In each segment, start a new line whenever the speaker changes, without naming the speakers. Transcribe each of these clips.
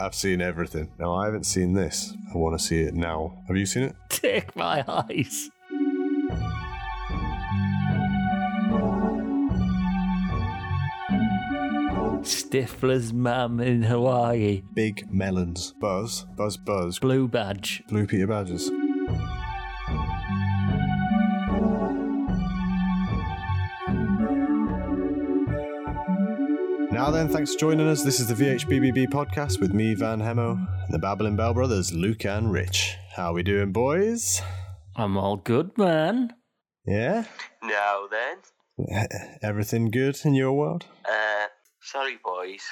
I've seen everything. Now, I haven't seen this. I want to see it now. Have you seen it?
Take my eyes. Stifler's mum in Hawaii.
Big melons. Buzz. Buzz, buzz.
Blue badge.
Blue Peter Badgers. Now then, thanks for joining us. This is the VHBBB podcast with me, Van Hemo, and the Babbling Bell brothers, Luke and Rich. How we doing, boys?
I'm all good, man.
Yeah?
Now then,
Everything good in your world?
uh, sorry boys,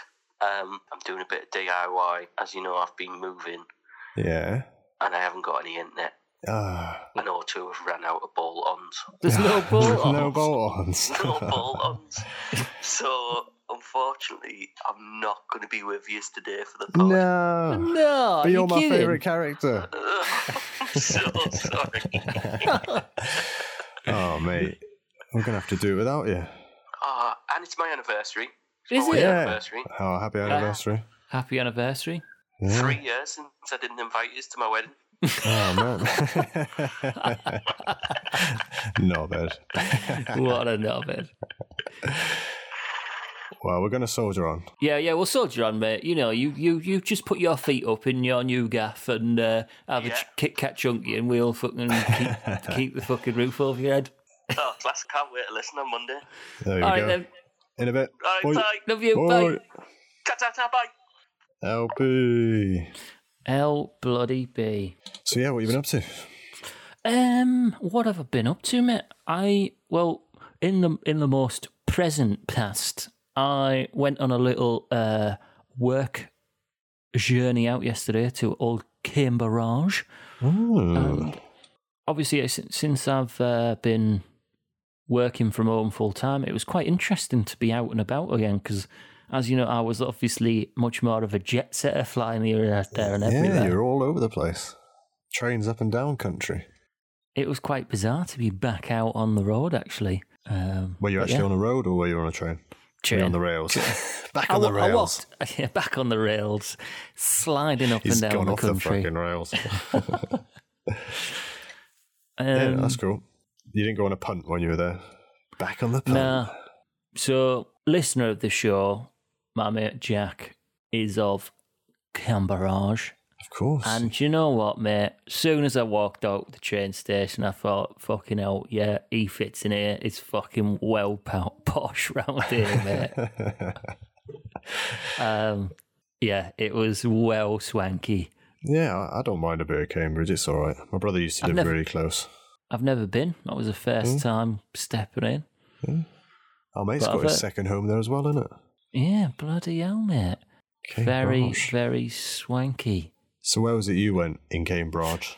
um, I'm doing a bit of DIY. As you know, I've been moving
Yeah.
and I haven't got any internet.
Ah,
I know two have ran out of bolt-ons.
There's no ball.
no bolt-ons.
No bolt-ons. So, unfortunately, I'm not going to be with you today for the pod.
no.
No,
But
Oh, you
you're my
kidding?
favourite character.
I'm so sorry.
Oh, mate. We're going to have to do it without you.
Ah, and it's my anniversary. It's
Is
my
it?
wedding
Yeah.
anniversary.
Oh, happy
Uh,
anniversary.
Happy anniversary.
Yeah.
Three years since I didn't invite you to my wedding.
Oh, man. no, bad.
what a knobhead.
Well, we're going to soldier on.
Yeah, yeah, well, soldier on, mate. You know, you, you, you just put your feet up in your new gaff and uh, have a
Yeah.
ch- Kit Kat chunky and we'll fucking keep, keep the fucking roof over your head.
Oh, class, can't wait to listen on Monday.
There we
All right,
go.
then.
In a bit.
Right,
Oi.
bye.
Love you. Bye.
Oi.
Ta-ta-ta, bye.
LP.
L bloody B.
So, yeah, what you been up to?
Um, what have I been up to, mate? I well, in the in the most present past, I went on a little uh work journey out yesterday to old Cambridge.
Hmm.
And obviously, uh, since, since I've uh, been working from home full time, it was quite interesting to be out and about again because. As you know, I was obviously much more of a jet setter flying here and there and everywhere.
yeah, you're all over the place. Trains up and down country.
It was quite bizarre to be back out on the road, actually. Um,
Were you
but
actually
yeah.
on a road or were you on a train? Were you on the rails. Back on
I,
the
wa- I
rails.
walked yeah, back on the rails, sliding up
He's
and
gone
down the
off the
country.
fucking rails. yeah,
um,
that's cool. You didn't go on a punt when you were there. Back on the punt.
nah. So, listener of the show, my mate Jack is of Cambridge.
Of course.
And do you know what, mate? Soon as I walked out the train station, I thought, fucking hell, yeah, he fits in here. It's fucking well po- posh round here, mate. Um, yeah, it was well swanky.
yeah, I, I don't mind a bit of Cambridge. It's all right. My brother used to
I've
live
never-
really close.
I've never been. That was the first time stepping in.
Our mate's
But
got
I've uh,
his
heard-
second home there as well, isn't it?
Yeah, bloody hell, mate. Very,
Cambridge.
very swanky.
So where was it you went in Cambridge?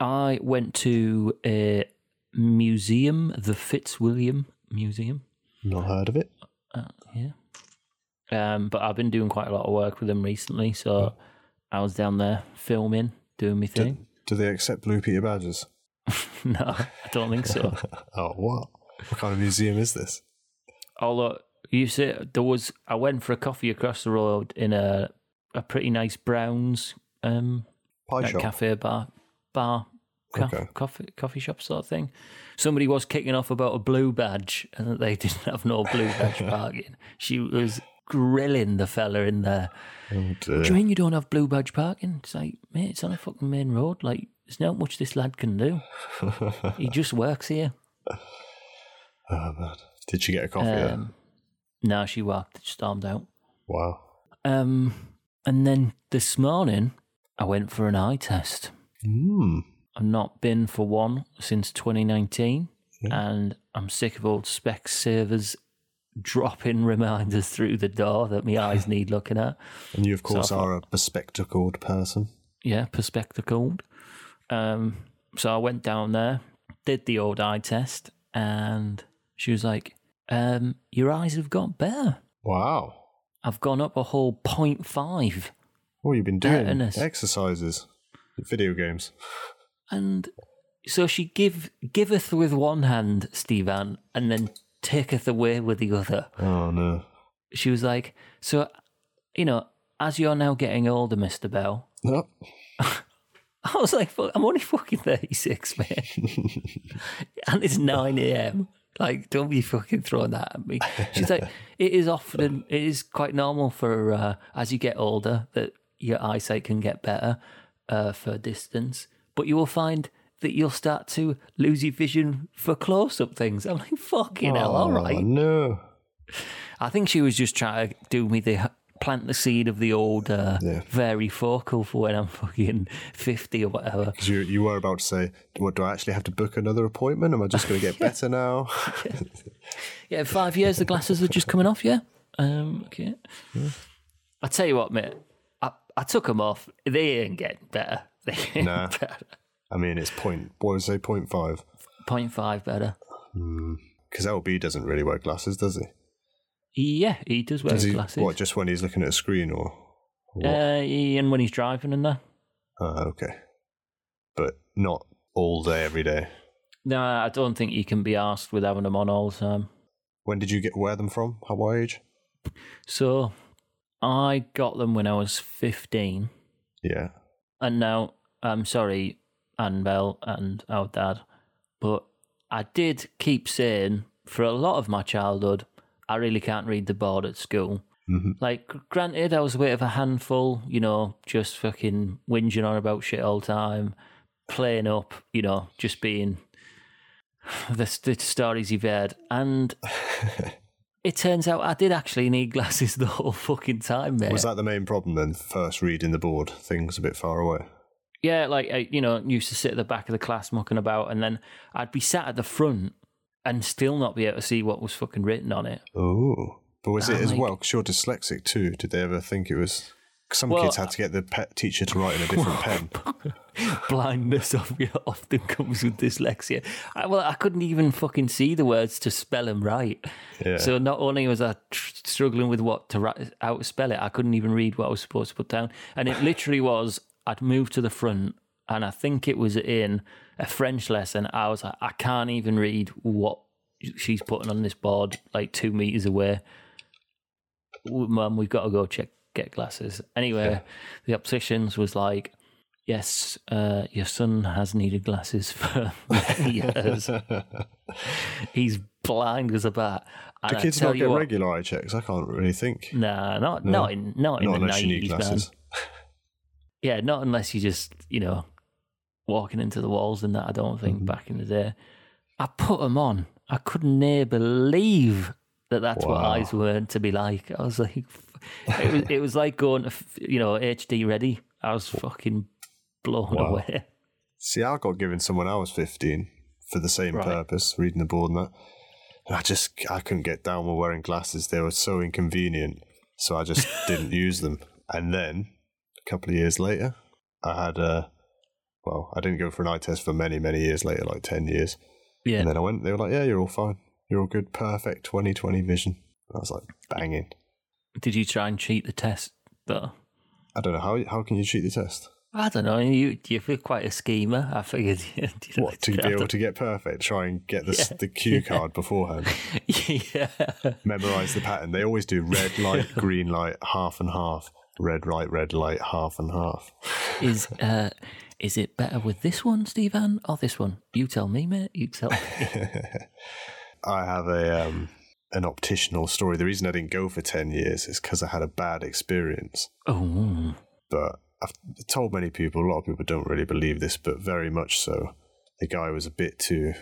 I went to a museum, the Fitzwilliam Museum.
Not heard of it.
Uh, yeah. Um, but I've been doing quite a lot of work with them recently, so I was down there filming, doing my
Do,
thing.
do they accept Blue Peter badges?
no, I don't think so.
Oh, what? What kind of museum is this?
Although Oh, you see, there was I went for a coffee across the road in a a pretty nice Browns um
Pie
like
shop.
cafe bar bar ca-
Okay.
coffee coffee shop sort of thing. Somebody was kicking off about a blue badge and that they didn't have no blue badge parking. She was grilling the fella in there.
Oh, dear.
Do you mean you don't have blue badge parking? It's like, mate, it's on a fucking main road. Like, there's not much this lad can do. he just works here.
Oh, man. Did you get a coffee there?
Um, no, she walked, stormed out.
Wow.
Um, and then this morning, I went for an eye test.
Mm.
I've not been for one since 2019, and I'm sick of old spec servers dropping reminders through the door that my eyes need looking at.
And you, of course,
thought-
are a bespectacled person.
Yeah, perspectacled. Um, so I went down there, did the old eye test, and she was like, um, "Your eyes have got better.
Wow.
I've gone up a whole 0.5.
What have you been doing?
Tetanus.
Exercises. Video games.
And so she give giveth with one hand, Stephen, and then taketh away with the other.
Oh, no.
She was like, so, you know, as you're now getting older, Mister Bell,
No.
I was like, "Fuck, I'm only fucking 36, man. and it's 9 a.m. Like, don't be fucking throwing that at me. She's like, it is often, it is quite normal for uh, as you get older that your eyesight can get better uh, for distance, but you will find that you'll start to lose your vision for close up things. I'm like, fucking hell, all
Oh,
right.
no.
I think she was just trying to do me the plant the seed of the old uh,
Yeah.
varifocal for when I'm fucking 50 or whatever.
'Cause you, you were about to say, what, do I actually have to book another appointment? Am I just going to get better now?
Yeah, five years. The glasses are just coming off. Yeah. Um, okay. I tell you what, mate. I, I took them off. They ain't getting better. They ain't
Nah.
better.
I mean, it's point, Hmm. what was it, 0.5?
Point five better.
Because LB doesn't really wear glasses, does he?
Yeah, he does wear
Does he
glasses.
what, just when he's looking at a screen or? or what?
uh, he- and when he's driving and that.
Ah, okay. But not all day, every day.
No, I don't think he can be asked with having them on all the time.
When did you get wear them from? How what age?
So, I got them when I was fifteen.
Yeah.
And now, I'm sorry, Annabelle and our dad, but I did keep saying for a lot of my childhood, I really can't read the board at school.
Mhm.
Like, granted, I was a bit of a handful, you know, just fucking whinging on about shit all the time, playing up, you know, just being the, the stories you've heard. And it turns out I did actually need glasses the whole fucking time, mate.
Was that the main problem then? First reading the board, things a bit far away.
Yeah, like I, you know, used to sit at the back of the class mucking about, and then I'd be sat at the front and still not be able to see what was fucking written on it.
Oh. But was it
Ah,
as
like-
well? Because you're dyslexic too. Did they ever think it was. 'cause Some
Well,
kids had to get the pet teacher to write in a different pen.
Blindness of often comes with dyslexia. I, well, I couldn't even fucking see the words to spell them right.
Yeah.
So not only was I tr- struggling with what to write, how to spell it, I couldn't even read what I was supposed to put down. And it literally was I'd moved to the front, and I think it was in a French lesson. I was like, I can't even read what she's putting on this board, like two meters away. "Oh, Mum, we've got to go check get glasses. Anyway, the opticians was like. Yes, uh, your son has needed glasses for many years. He's blind as a bat. And
Do
I
kids
tell
not
you
get
what-
regular eye checks? I can't really think.
Nah, not
No?
not in
Not
not, in the
unless you need
nineties, man.
glasses.
Yeah, not unless you just you know walking into the walls and that. I don't
Mm-hmm.
think back in the day, I put them on. I could near believe that that's what
Wow.
eyes were to be like. I was like, it was it was like going to f- you know HD ready. I was fucking blown
Wow.
away.
See, I got given someone I was 15 for the same
Right.
purpose, reading the board and that. And I just, I couldn't get down with wearing glasses. They were so inconvenient. So I just didn't use them. And then, a couple of years later, I had a, well, I didn't go for an eye test for many, many years later, like 10 years.
Yeah,
And then I went, they were like, yeah, you're all fine. You're all good. Perfect 2020 vision. And I was like, banging.
did you try and cheat the test though?
I don't know. How, how can you cheat the test?
I don't know. You you feel quite a schemer. I figured you know,
What, to be able to get perfect? Try and get the, s the cue card beforehand.
yeah.
memorize the pattern. They always do red light, green light, half and half, red light, red light, half and half.
is uh, is it better with this one, Steve Ann, or this one? You tell me, mate. You tell.
I have a um, an opticianal story. The reason I didn't go for ten years is because I had a bad experience.
oh,
But I've told many people. A lot of people don't really believe this, but very much so. The guy was a bit too,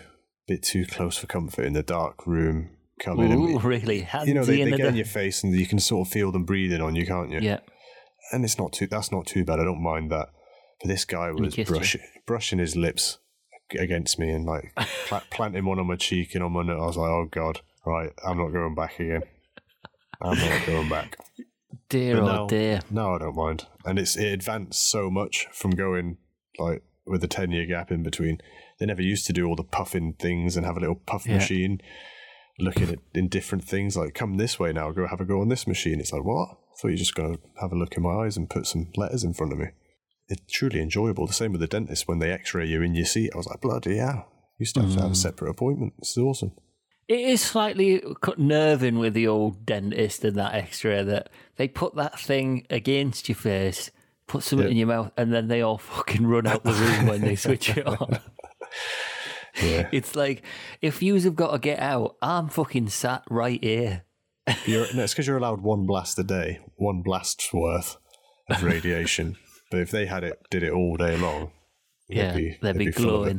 bit too close for comfort in the dark room. Come in,
Ooh,
and,
really? Hands
you know they,
in
they
at
get in
the-
your face, and you can sort of feel them breathing on you, can't you?
yeah.
and it's not too that's not too bad. I don't mind that. But this guy was
kissed you.
brushing brushing his lips against me and like pla- planting one on my cheek and on my nose. I was like, oh god, right, I'm not going back again. I'm not going back.
Dear
But
oh
now-
dear.
No, I don't mind. And it's it advanced so much from going like with a ten year gap in between. They never used to do all the puffing things and have a little puff
Yeah.
machine looking at in different things like come this way now, go have a go on this machine. It's like what? I thought you're just gonna have a look in my eyes and put some letters in front of me. It's truly enjoyable. The same with the dentist when they x ray you in your seat. I was like, bloody hell. You used to have to have a separate appointment. This is awesome.
It is slightly cut nerving with the old dentist and that X-ray that they put that thing against your face, put something
Yeah.
in your mouth, and then they all fucking run out the room when they switch it on.
Yeah.
It's like if yous have got to get out, I'm fucking sat right here.
You're, no, it's because you're allowed one blast a day, one blast's worth of radiation. but if they had it, did it all day long, they'd
Yeah, they'd be,
full of it.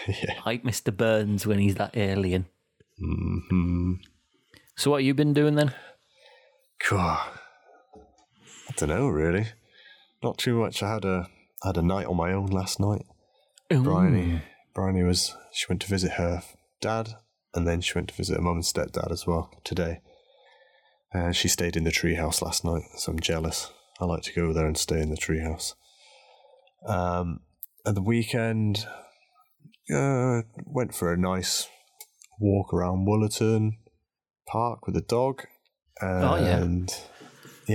glowing. Like Mr. Burns when he's that alien.
Mm-hmm.
So what have you been doing then?
Cool. I don't know, really. Not too much. I had a I had a night on my own last night.
Mm.
Bryony, Bryony was she went to visit her dad, and then she went to visit her mum and stepdad as well today. And she stayed in the treehouse last night, so I'm jealous. I like to go there and stay in the treehouse. Um, at the weekend, uh, went for a nice walk around Woolerton Park with the dog. And
Oh, yeah.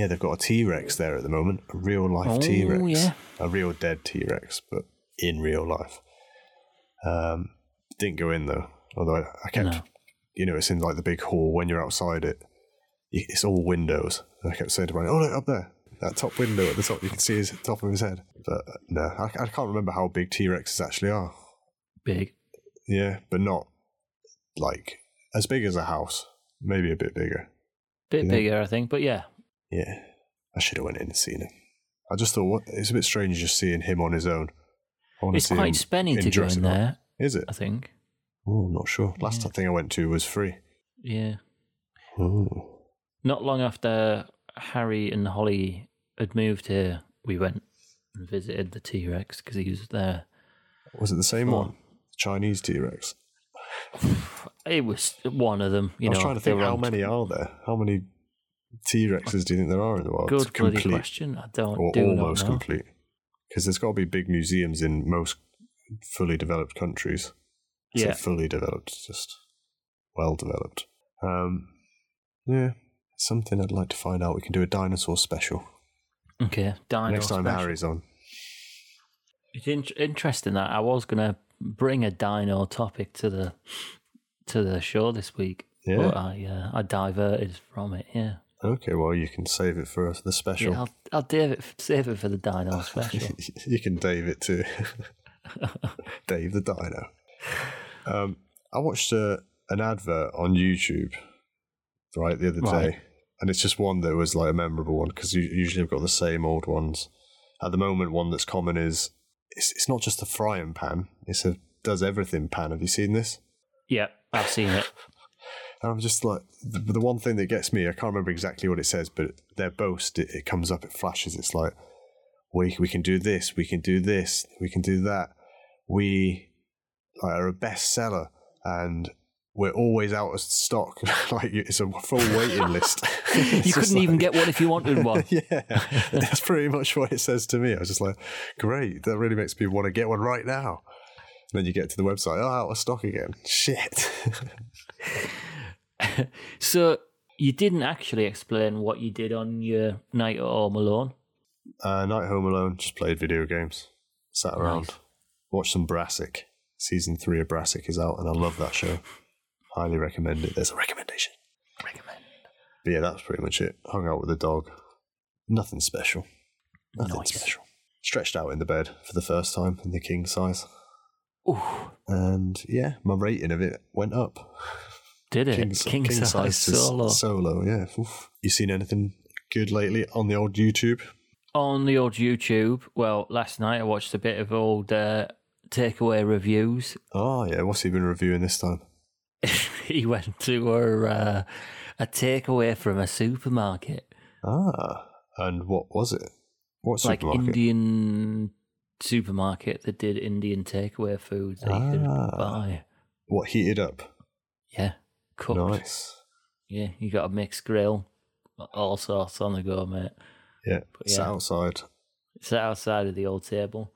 yeah, they've got a T Rex there at the moment, a real life
Oh,
T Rex,
yeah.
a real dead T Rex, but in real life. Um, didn't go in though, although I, I kept,
No.
you know, it's in like the big hall when you're outside it, y- it's all windows. And I kept saying to Brian, "Oh look up there, that top window at the top, you can see his top of his head." But uh, no, I, I can't remember how big T Rexes actually are.
Big.
Yeah, but not like as big as a house, maybe a bit bigger.
Bit
Yeah.
bigger, I think, but yeah.
Yeah, I should have went in and seen him. I just thought what, it's a bit strange just seeing him on his own. I wanna
It's
see
quite
him
spenny to go
dress
in
up.
there,
Is it?
I think.
Oh, I'm not sure. Last thing I went to was free.
Yeah.
Oh.
Not long after Harry and Holly had moved here, we went and visited the T Rex because he was there.
Was it the same
Oh.
one? Chinese T Rex.
It was one of them.
I
You
was
know,
trying to
they
think
were
how
on-
many are there? How many T Rexes do you think there are in the world?
Good bloody
complete
question. I don't
or
do
almost
not know.
complete. Because there's got to be big museums in most fully developed countries. I say
Yeah.
fully developed, it's just well developed. Um, yeah, something I'd like to find out. We can do a dinosaur special
Okay. Dino
next time
special.
Harry's on.
It's in- interesting that I was going to bring a dino topic to the to the show this week,
Yeah.
but I uh, I diverted from it. Yeah.
Okay, well you can save it for the special.
Yeah, I'll, I'll save it, save it for the dino special.
you can Dave it too. Dave the Dino. Um, I watched a, an advert on YouTube, right, the other
Right.
day, and it's just one that was like a memorable one because usually I've got the same old ones. At the moment, one that's common is it's, it's not just a frying pan; it's a does everything pan. Have you seen this?
yeah, I've seen it.
And I'm just like the, the one thing that gets me. I can't remember exactly what it says, but their boast it, it comes up, it flashes. It's like we we can do this, we can do this, we can do that. We like, are a bestseller, and we're always out of stock. like it's a full waiting list.
you couldn't even get one if you wanted one.
yeah, that's pretty much what it says to me. I was just like, great, that really makes me want to get one right now. And then you get to the website, oh, out of stock again. Shit.
So you didn't actually explain what you did on your night at Home Alone.
Uh, night home alone, just played video games, sat around, watched some Brassic. Season three of Brassic is out, and I love that show. Highly recommend it. There's a recommendation.
Recommend.
But yeah, that's pretty much it. Hung out with the dog. Nothing special. Nothing
Nice.
special. Stretched out in the bed for the first time in the king size,
Ooh,
and yeah, my rating of it went up.
did it? King,
si-
size,
to s-
solo
solo. Yeah. Oof. You seen anything good lately on the old YouTube?
on the old YouTube. Well, last night I watched a bit of old uh, takeaway reviews.
Oh yeah, what's he been reviewing this time?
he went to a uh, a takeaway from a supermarket.
Ah, and what was it? What
like
supermarket?
Indian supermarket that did Indian takeaway food that you
Ah.
could buy.
What heated up?
Yeah, cooked.
Nice.
Yeah, you got a mixed grill, all sorts on the go, mate.
Yeah,
But
sat
yeah.
outside.
Sat outside of the old table.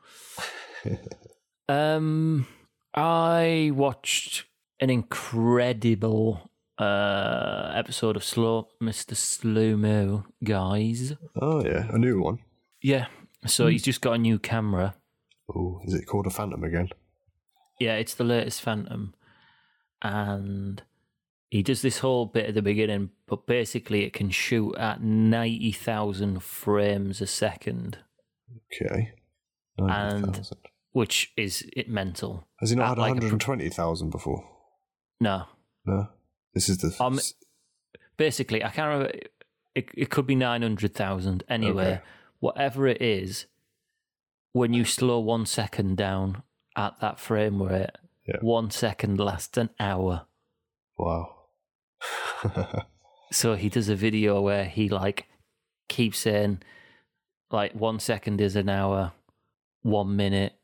um, I watched an incredible uh episode of Slow Mr. Slowmo, guys.
Oh yeah, a new one.
Yeah, so he's just got a new camera.
Oh, is it called a Phantom again?
Yeah, it's the latest Phantom, and he does this whole bit at the beginning, but basically it can shoot at 90,000 frames a second,
Okay.
And-
90,000.
which is it mental.
Has he not
at
had
like a pro-
120,000 before?
No.
No. This is the.
Um, Basically, I can't remember. It, it could be 900,000. Anyway,
Okay.
whatever it is, when you slow one second down at that frame rate,
Yeah.
one second lasts an hour.
wow.
so he does a video where he like keeps saying like one second is an hour one minute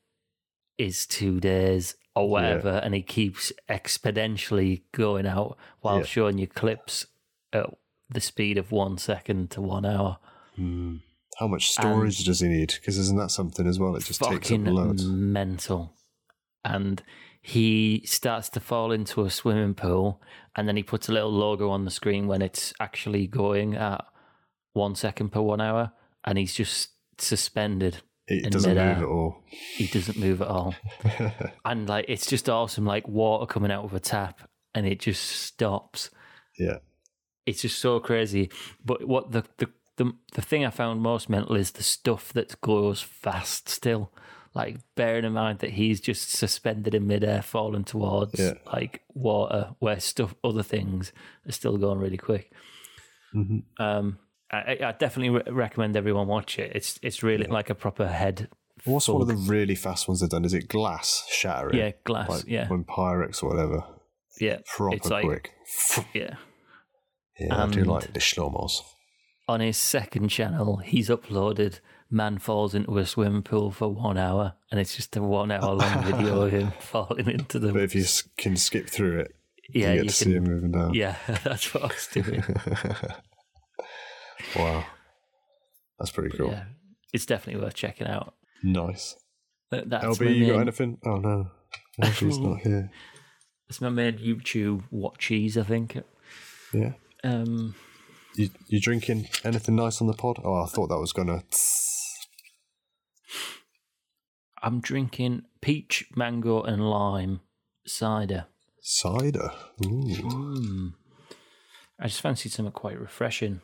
is two days or whatever and he keeps exponentially going out while
Yeah.
showing you clips at the speed of one second to one hour
Hmm. How much storage does he need? Because isn't that something as well? It just takes up
fucking
loads.
mental and he starts to fall into a swimming pool and then he puts a little logo on the screen when it's actually going at one second per one hour and he's just suspended
It
in
doesn't move
midair.
at all.
he doesn't move at all and like it's just awesome like water coming out of a tap and it just stops
yeah.
it's just so crazy but what the the the, the thing i found most mental is the stuff that goes fast still like bearing in mind that he's just suspended in midair falling towards
Yeah.
like water where stuff other things are still going really quick
Mhm.
um i, I I definitely re- recommend everyone watch it it's it's really like a proper head
What's one of
full-
the really fast ones they've done? Is it glass shattering?
yeah glass
Like
yeah
When Pyrex or whatever.
yeah
Proper
it's like
quick.
yeah
Yeah, I do
and-
like the schnormals.
on his second channel, he's uploaded Man Falls into a Swimming Pool for one hour, and it's just a one hour long video of him falling into the.
But if you s- can skip through it,
yeah,
you get
you
to see
can-
him moving down.
yeah, that's what I was doing.
Wow. That's pretty cool.
Yeah, it's definitely worth checking out.
Nice.
That- That's my,
LB, you got
main,
anything? Oh, no. LB's not here.
that's my main YouTube watchies, I think.
Yeah.
Um,
You, you drinking anything nice on the pod? Oh, I thought that was going to.
I'm drinking peach, mango, and lime cider.
Cider. Ooh.
Mm. I just fancied something quite refreshing.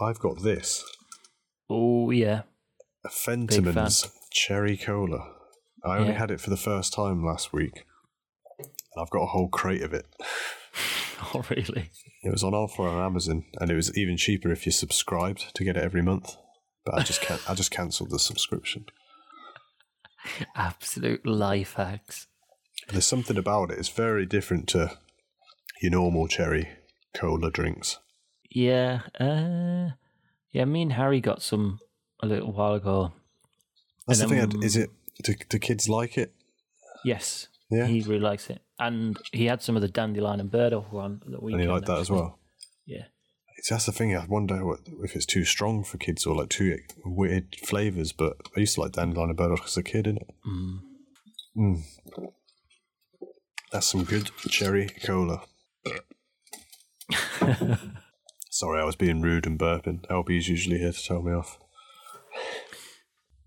I've got this.
Oh, yeah.
A Fentimans Cherry Cola. I only
Yeah.
had it for the first time last week. And I've got a whole crate of it.
Oh, really?
It was on offer on Amazon, and it was even cheaper if you subscribed to get it every month. But I just can I just cancelled the subscription.
Absolute life hacks.
But there's something about it. It's very different to your normal cherry cola drinks.
Yeah, uh, yeah. Me and Harry got some a little while ago.
That's
And
the thing.
then-
I'd- Is it do, do kids like it?
Yes,
Yeah,
he really likes it, and he had some of the dandelion and bird off one that we.
and you like that as well.
Yeah,
It's, that's the thing. I wonder what, if it's too strong for kids or like too weird flavors. But I used to like dandelion and burdock as a kid, innit?
mm.
Mm. That's some good cherry cola. Sorry, I was being rude and burping. LB's usually here to tell me off.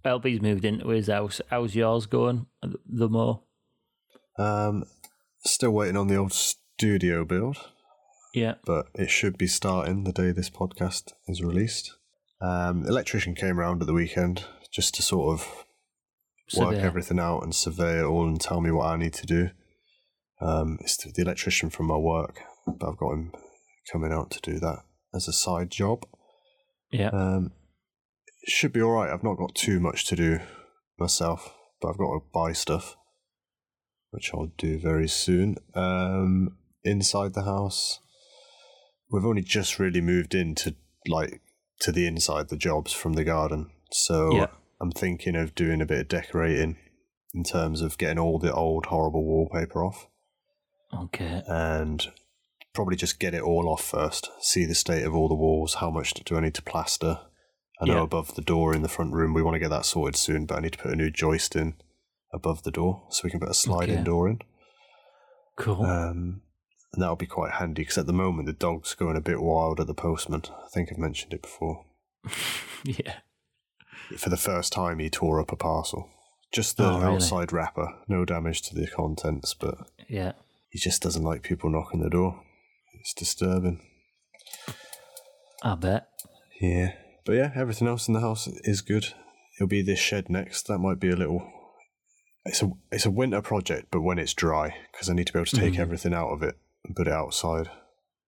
LB's moved into his house. How's yours going? The more,
Um, still waiting on the old studio build,
yeah,
but it should be starting the day this podcast is released. Um, the electrician came round at the weekend just to sort of
so
work
there.
everything out and survey it all and tell me what I need to do. Um, it's the, the electrician from my work, but I've got him coming out to do that as a side job.
yeah.
Um, it should be all right. I've not got too much to do myself, but I've got to buy stuff, which I'll do very soon. Um, inside the house, we've only just really moved into like to the inside the jobs from the garden, so
Yeah.
I'm thinking of doing a bit of decorating in terms of getting all the old horrible wallpaper off
okay.
and probably just get it all off first. See the state of all the walls. How much do I need to plaster? I know
Yeah.
above the door in the front room, we want to get that sorted soon, but I need to put a new joist in above the door so we can put a sliding
Okay. Oh.
door in.
Cool.
Um, and that'll be quite handy because at the moment the dog's going a bit wild at the postman. I think I've mentioned it before.
yeah.
For the first time, he tore up a parcel. Just the
Oh, really?
outside wrapper, no damage to the contents, but
Yeah.
he just doesn't like people knocking the door. It's disturbing.
I bet.
Yeah. But yeah, everything else in the house is good. It'll be this shed next. That might be a little. It's a it's a winter project, but when it's dry, because I need to be able to take
Mm.
everything out of it and put it outside,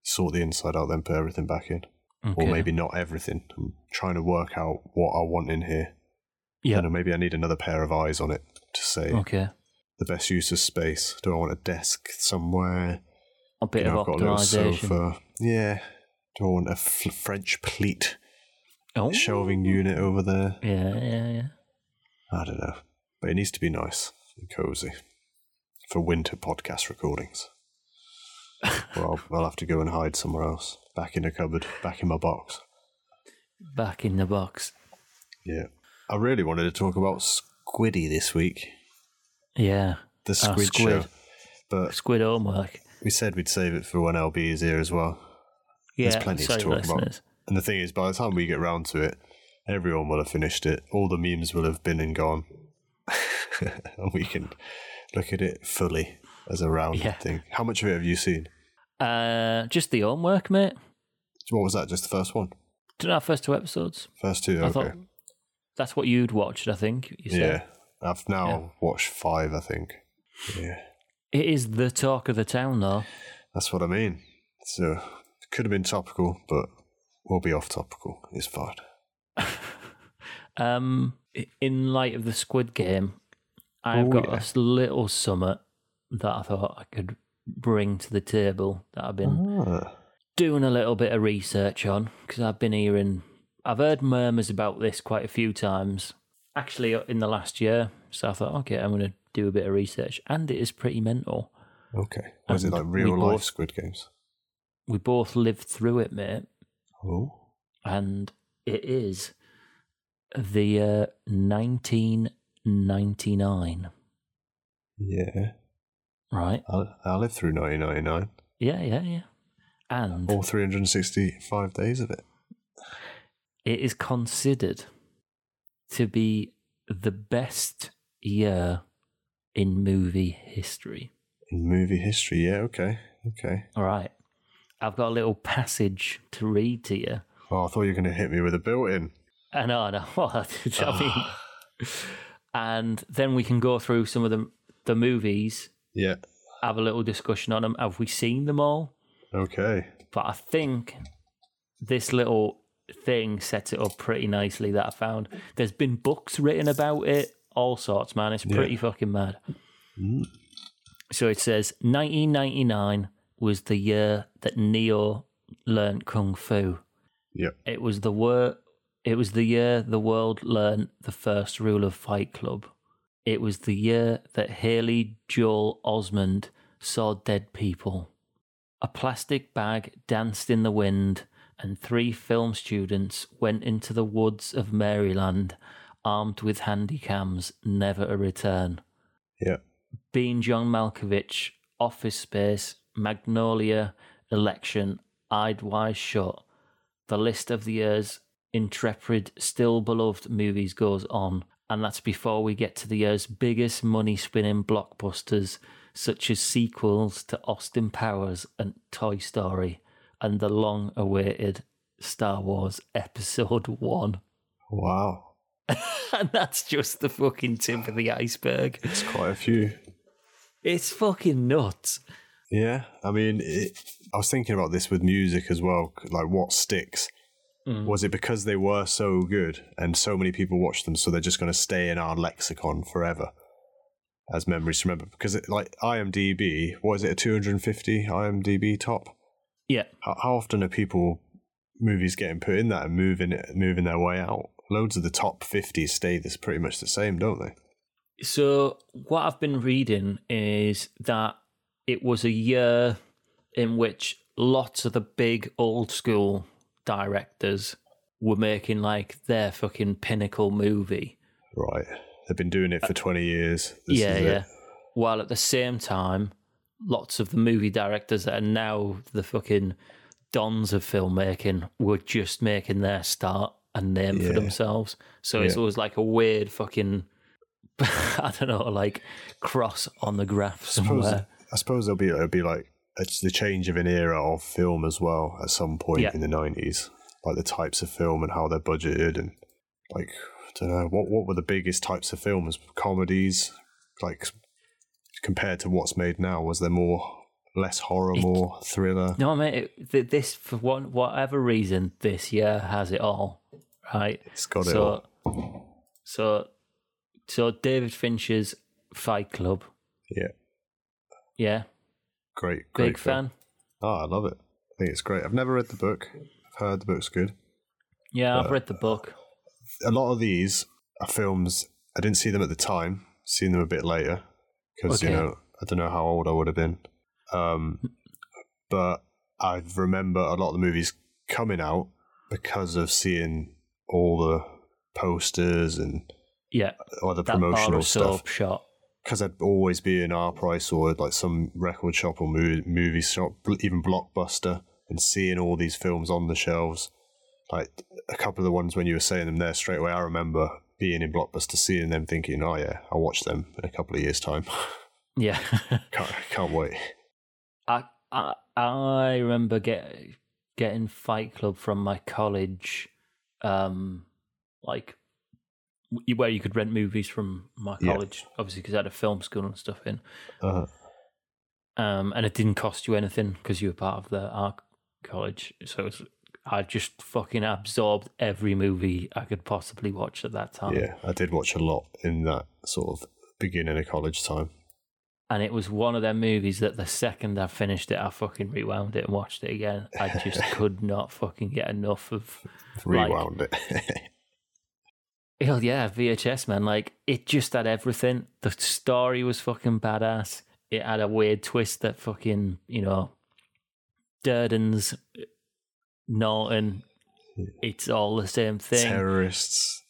sort the inside out, then put everything back in,
Okay.
or maybe not everything. I'm trying to work out what I want in here.
Yeah. Oh.
I don't know, maybe I need another pair of eyes on it to say
Okay.
the best use of space. Do I want a desk somewhere?
A bit
You know,
of
I've got a little
optimization.
sofa. Yeah. Do I want a fl- French pleat
Oh.
shelving unit over there?
Yeah, yeah, yeah.
I don't know. But it needs to be nice and cozy for winter podcast recordings. or I'll, I'll have to go and hide somewhere else. Back in a cupboard, back in my box.
Back in the box.
Yeah. I really wanted to talk about Squiddy this week.
Yeah.
The
Ah,
Squid,
squid.
Show. But
Squid homework.
we said we'd save it for when LB is here as well.
Yeah.
plenty to
sorry,
talk about.
listeners.
And the thing is, by the time we get round to it, everyone will have finished it. All the memes will have been and gone. and we can look at it fully as a round
Yeah.
thing. How much of it have you seen?
Uh, just the homework, mate.
What was that? Just the first one?
Did our first two episodes?
First two?
I
Okay.
thought that's what you'd watched. I think you said
yeah. I've now watched five, I think. Yeah.
it is the talk of the town, though.
That's what I mean. So, could have been topical, but we'll be off topical. It's fine.
Um, i- in light of the Squid Game, I've
Oh,
got
yeah.
this little summit that I thought I could bring to the table that I've been
Ah.
doing a little bit of research on because I've been hearing, I've heard murmurs about this quite a few times, actually uh, in the last year. So I thought, okay, I'm going to do a bit of research, and it is pretty mental.
Okay. Was it
And
like
we
real life
both-
Squid Games?
We both lived through it, mate,
Oh.
and it is the uh, year 1999,
Yeah.
right?
I, I lived through 1999.
Yeah, yeah, yeah. And
all 365 days of it.
it is considered to be the best year in movie history.
In movie history, yeah, okay, okay.
All right. I've got a little passage to read to you.
Oh, I thought you were going to hit me with a built-in.
And I know what I mean. and then we can go through some of the the movies,
Yeah,
have a little discussion on them. Have we seen them all?
okay.
But I think this little thing sets it up pretty nicely that I found. There's been books written about it, all sorts, man. It's pretty fucking mad. So it says 1999 was the year that Neo learned kung fu.
Yeah,
It was the wor- It was the year the world learned the first rule of Fight Club. It was the year that Haley Joel Osmond saw dead people. A plastic bag danced in the wind, and three film students went into the woods of Maryland, armed with handy cams, never to return.
yeah.
Being John Malkovich, Office Space, Magnolia, Election, Eyed Wise Shut. The list of the year's intrepid, still beloved movies goes on, and that's before we get to the year's biggest money spinning blockbusters, such as sequels to Austin Powers and Toy Story, and the long awaited Star Wars Episode 1.
Wow,
and that's just the fucking tip of the iceberg.
it's quite a few.
It's fucking nuts.
Yeah, I mean, it, I was thinking about this with music as well. Like, what sticks?
Mm.
Was it because they were so good and so many people watched them, so they're just going to stay in our lexicon forever as memories to remember? Because, it, like, IMDb, what is it, a 250 IMDb top?
Yeah.
how, how often are people movies getting put in that and moving moving their way out? Loads of the top fifty stay this pretty much the same, don't they?
So what I've been reading is that it was a year in which lots of the big old school directors were making like their fucking pinnacle movie.
Right. They've been doing it for twenty years. This
Uh, yeah,
is it.
yeah. While at the same time, lots of the movie directors that are now the fucking dons of filmmaking were just making their start and name
Yeah.
for themselves. So it's
Yeah.
always like a weird fucking I don't know, like cross on the graph
I suppose,
somewhere.
I suppose there'll be it'll be like it's the change of an era of film as well at some point
Yeah.
in the 90s like the types of film and how they're budgeted and like i don't know what, what were the biggest types of films comedies like compared to what's made now was there more less horror
It-
more thriller
No, mate. It, th- this for one, whatever reason, this year has it all, right?
it's got it all.
so, so, so David Fincher's Fight Club.
yeah
Yeah,
great great
big
film.
fan.
oh i love it i think it's great i've never read the book i've heard the book's good
Yeah, I've read the book.
a lot of these are films I didn't see them at the time, seen them a bit later because you
Okay.
know I don't know how old I would have been, um, but I remember a lot of the movies coming out because of seeing all the posters and
Yeah,
other
that bar
promotional
of
stuff.
soap shot.
Because I'd always be in our price or like some record shop or mo- movie shop, bl- even Blockbuster, and seeing all these films on the shelves like a couple of the ones when you were saying them there straight away, I remember being in Blockbuster, seeing them, thinking, "Oh yeah, I'll watch them in a couple of years' time.
Yeah,
can't, can't wait."
I, I I remember get getting Fight Club from my college, um, like w- where you could rent movies from my
Yeah.
college, obviously because I had a film school and stuff in.
Uh,
um, and it didn't cost you anything because you were part of the art college. So it's, I just fucking absorbed every movie I could possibly watch at that time,
yeah, I did watch a lot in that sort of beginning of college time.
and it was one of them movies that the second I finished it, I fucking rewound it and watched it again. I just could not fucking get enough of. Like-
Rewound it.
Hell yeah, VHS man! Like it just had everything. The story was fucking badass. It had a weird twist that fucking you know, Durden's Norton. It's all the same thing.
Terrorists.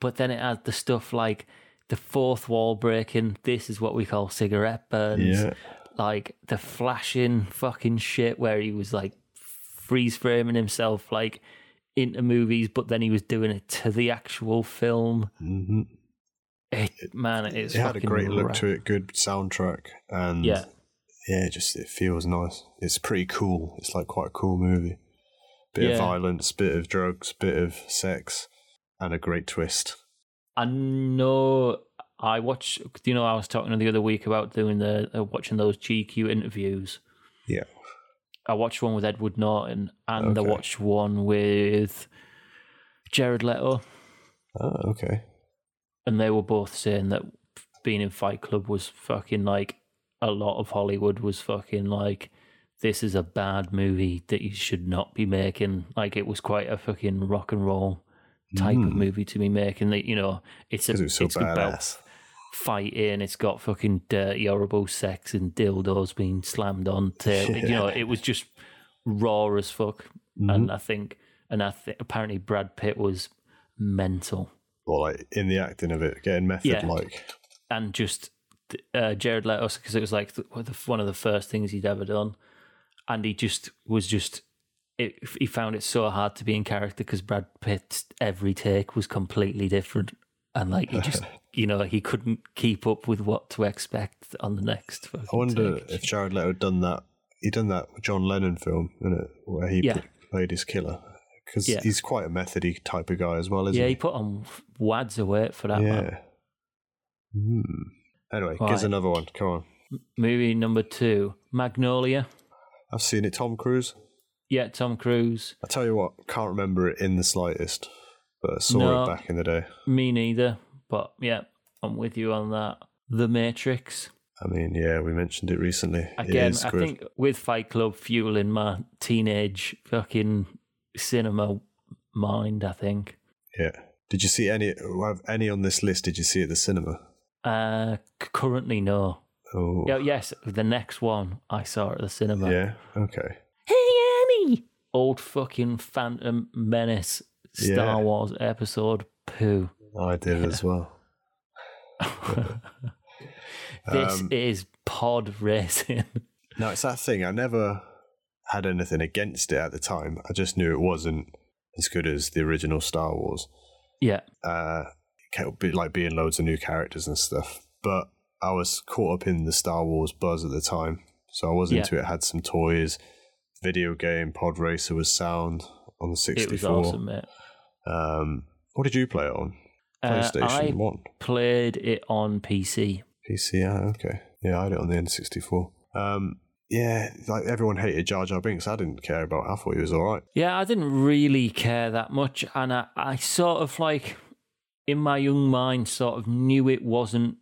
but then it had the stuff like the fourth wall breaking. This is what we call cigarette burns.
Yeah,
Like the flashing fucking shit where he was like freeze framing himself like into movies, but then he was doing it to the actual film.
hmm
It, man, it's
it had a
fucking
great look
ra-
to it. Good soundtrack, and
Yeah,
yeah, it just it feels nice. It's pretty cool. It's like quite a cool movie. Bit
Yeah.
of violence, bit of drugs, bit of sex, and a great twist.
I know. I watched. You know, I was talking the other week about doing the uh, watching those GQ interviews.
Yeah.
I watched one with Edward Norton, and I
Okay.
watched one with Jared Leto,
Oh, okay.
and they were both saying that being in Fight Club was fucking like a lot of Hollywood was fucking like this is a bad movie that you should not be making. Like it was quite a fucking rock and roll type of
Mm.
movie to be making. That you know, it's a,
'Cause it was so
it's about
badass.
fighting. It's got fucking dirty, horrible sex and dildos being slammed on tape. You know, it was just raw as fuck.
Mm-hmm.
And I think, and I think apparently Brad Pitt was mental
Or like in the acting of it, getting method
Yeah.
like.
and just uh, Jared Leto because it was like the, the, one of the first things he'd ever done, and he just was just. It, he found it so hard to be in character because Brad Pitt's every take was completely different, and like he just, you know, he couldn't keep up with what to expect on the next. fucking
I wonder
take.
if Jared Leto had done that. He done that John Lennon film, innit, where he
Yeah.
pl- played his killer. Because
Yeah.
he's quite a methody type of guy as well, isn't
Yeah, he
he?
put on wads of weight for that. man.
yeah. Hmm. Anyway,
Right.
here's another one. Come on.
Movie number two, Magnolia.
I've seen it. Tom Cruise.
Yeah, Tom Cruise.
I tell you what, can't remember it in the slightest, but I saw
No.
it back in the day.
Me neither, but yeah, I'm with you on that. The Matrix.
I mean, yeah, we mentioned it recently. it
again,
is
I
good.
think with Fight Club fueling my teenage fucking cinema mind, I think.
Yeah. Did you see any? Have any on this list? Did you see at the cinema?
Uh, c- currently, no.
Oh.
Yeah, yes, the next one I saw at the cinema.
Yeah. Okay.
Hey, Annie! Old fucking Phantom Menace Star
Yeah.
Wars episode poo.
I did as well.
this
Um,
is pod racing.
No, it's that thing. I never had anything against it at the time. I just knew it wasn't as good as the original Star Wars.
yeah,
Uh, it kept be- like being loads of new characters and stuff. But I was caught up in the Star Wars buzz at the time, So I was
Yeah.
into it. Had some toys. Video game Pod Racer was sound on the
It was
64.
awesome, mate.
Um, what did you play it on?
Uh,
PlayStation
I
1.
played it on PC.
PC, ah, okay. Yeah, I had it on the N64. Um, yeah, like everyone hated Jar Jar Binks. I didn't care about it. I thought he was all right.
Yeah, I didn't really care that much, and I, I sort of like, in my young mind, sort of knew it wasn't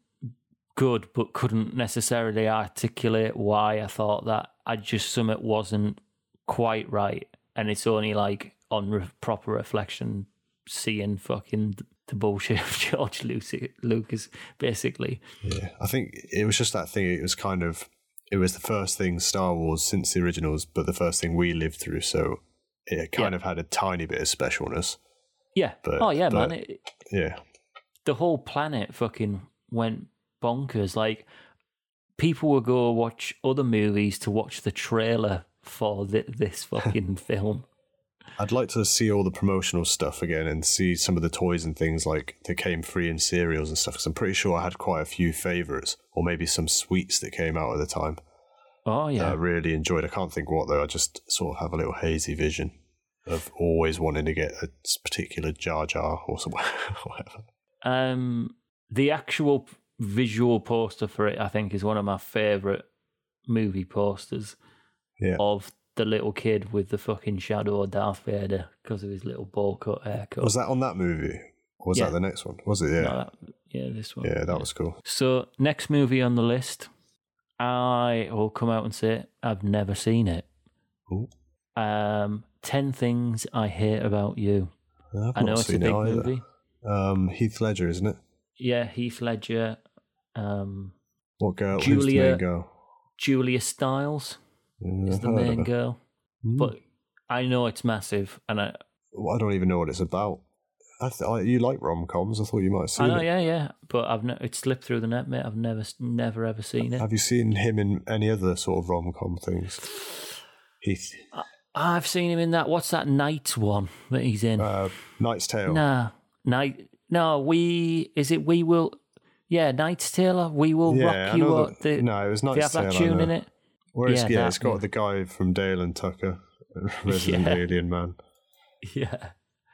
good, but couldn't necessarily articulate why I thought that. I just some it wasn't quite right, and it's only like on re- proper reflection, seeing fucking the bullshit of George Lucy, Lucas, basically.
Yeah, I think it was just that thing. It was kind of, it was the first thing Star Wars since the originals, but the first thing we lived through. So it kind
Yeah.
of had a tiny bit of specialness.
Yeah.
But-
oh yeah,
but-
man. It,
Yeah,
the whole planet fucking went bonkers. Like people would go watch other movies to watch the trailer for th- this fucking film.
I'd like to see all the promotional stuff again and see some of the toys and things like that came free in cereals and stuff. Because I'm pretty sure I had quite a few favorites, or maybe some sweets that came out at the time.
Oh
that
yeah,
I really enjoyed. I can't think what though. I just sort of have a little hazy vision of always wanting to get a particular Jar Jar or some whatever.
Um, the actual p- visual poster for it, I think, is one of my favorite movie posters.
Yeah.
Of the little kid with the fucking shadow of Darth Vader because of his little bowl cut haircut.
Was that on that movie? Or was
Yeah.
that the next one? Was it? Yeah,
No, that- yeah, this one.
yeah, that was cool.
So next movie on the list, I will come out and say it, I've never seen it.
Ooh.
Um, Ten Things I Hate About You.
I've
I know
not
it's a
seen
big
it either.
movie.
Um, Heath Ledger, isn't it?
Yeah, Heath Ledger, um,
What girl? Who's the
Julia-
main girl?
Julia Stiles
Yeah,
is
I've
the
heard of
main
her.
girl.
Hmm.
But I know it's massive, and I,
Well, I don't even know what it's about. I th- I, you like rom coms? I thought you might have
I
seen
know,
it.
yeah, yeah. But I've ne- it slipped through the net, mate. I've never, never, ever seen it.
Have you seen him in any other sort of rom com things? Heath,
I've seen him in that. What's that night one that he's in?
uh, Knight's Tale.
Nah, night. No, we is it? We will. Yeah, Knight's Taylor. We will rock
I
you.
know
Up.
that-
The,
no, it was
they
nice
have
to
that
hear
tune
that.
in it.
Where it's,
Yeah,
yeah,
that-
it's got the guy from Dale and Tucker, Resident
Yeah.
Alien Man.
Yeah.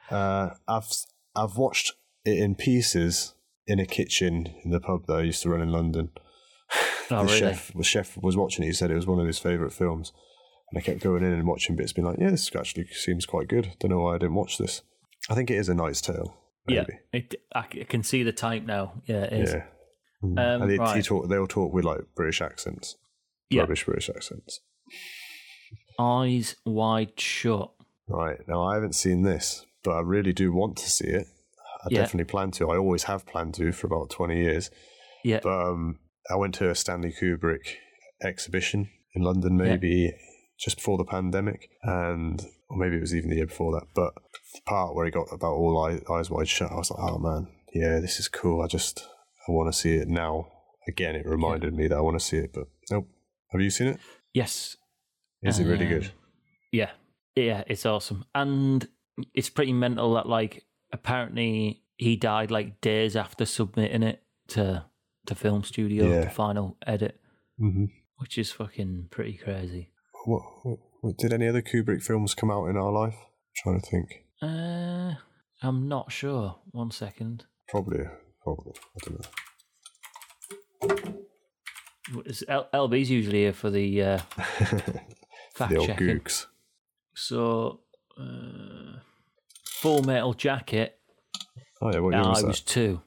Uh, I've I've watched it in pieces in a kitchen in the pub that I used to run in London.
Oh,
the
really?
chef the chef was watching it. He said it was one of his favourite films, and I kept going in and watching bits, being like, "Yeah, this actually seems quite good." Don't know why I didn't watch this. I think it is a Knight's Tale.
Yeah.
Maybe.
It, I c- I can see the type now. Yeah, it is.
yeah. Mm.
Um,
and they,
right.
talk, they'll talk with like British accents,
Yeah.
rubbish British accents.
Eyes wide shut.
Right. Now, I haven't seen this, but I really do want to see it. I
Yeah.
definitely plan to. I always have planned to for about 20 years.
Yeah.
But um, I went to a Stanley Kubrick exhibition in London, maybe just before the pandemic, and or maybe it was even the year before that. But the part where he got about all eye, eyes wide shut, I was like, oh man, yeah, this is cool. I just, I want to see it now. Again, it reminded me that I want to see it, but nope. Have you seen it?
yes.
Is it really good?
Um, Yeah. Yeah, it's awesome. And it's pretty mental that like apparently he died like days after submitting it to the film studio,
Yeah.
the final edit,
Mm-hmm.
which is fucking pretty crazy.
What, what, what did any other Kubrick films come out in our life? I'm trying to think.
Uh, I'm not sure. One second.
Probably, probably. I don't know.
It's L- LB's usually here for the uh, fact
the old
checking.
gooks.
So, uh, Full Metal Jacket.
Oh yeah, what year
I
was
was,
that?
two.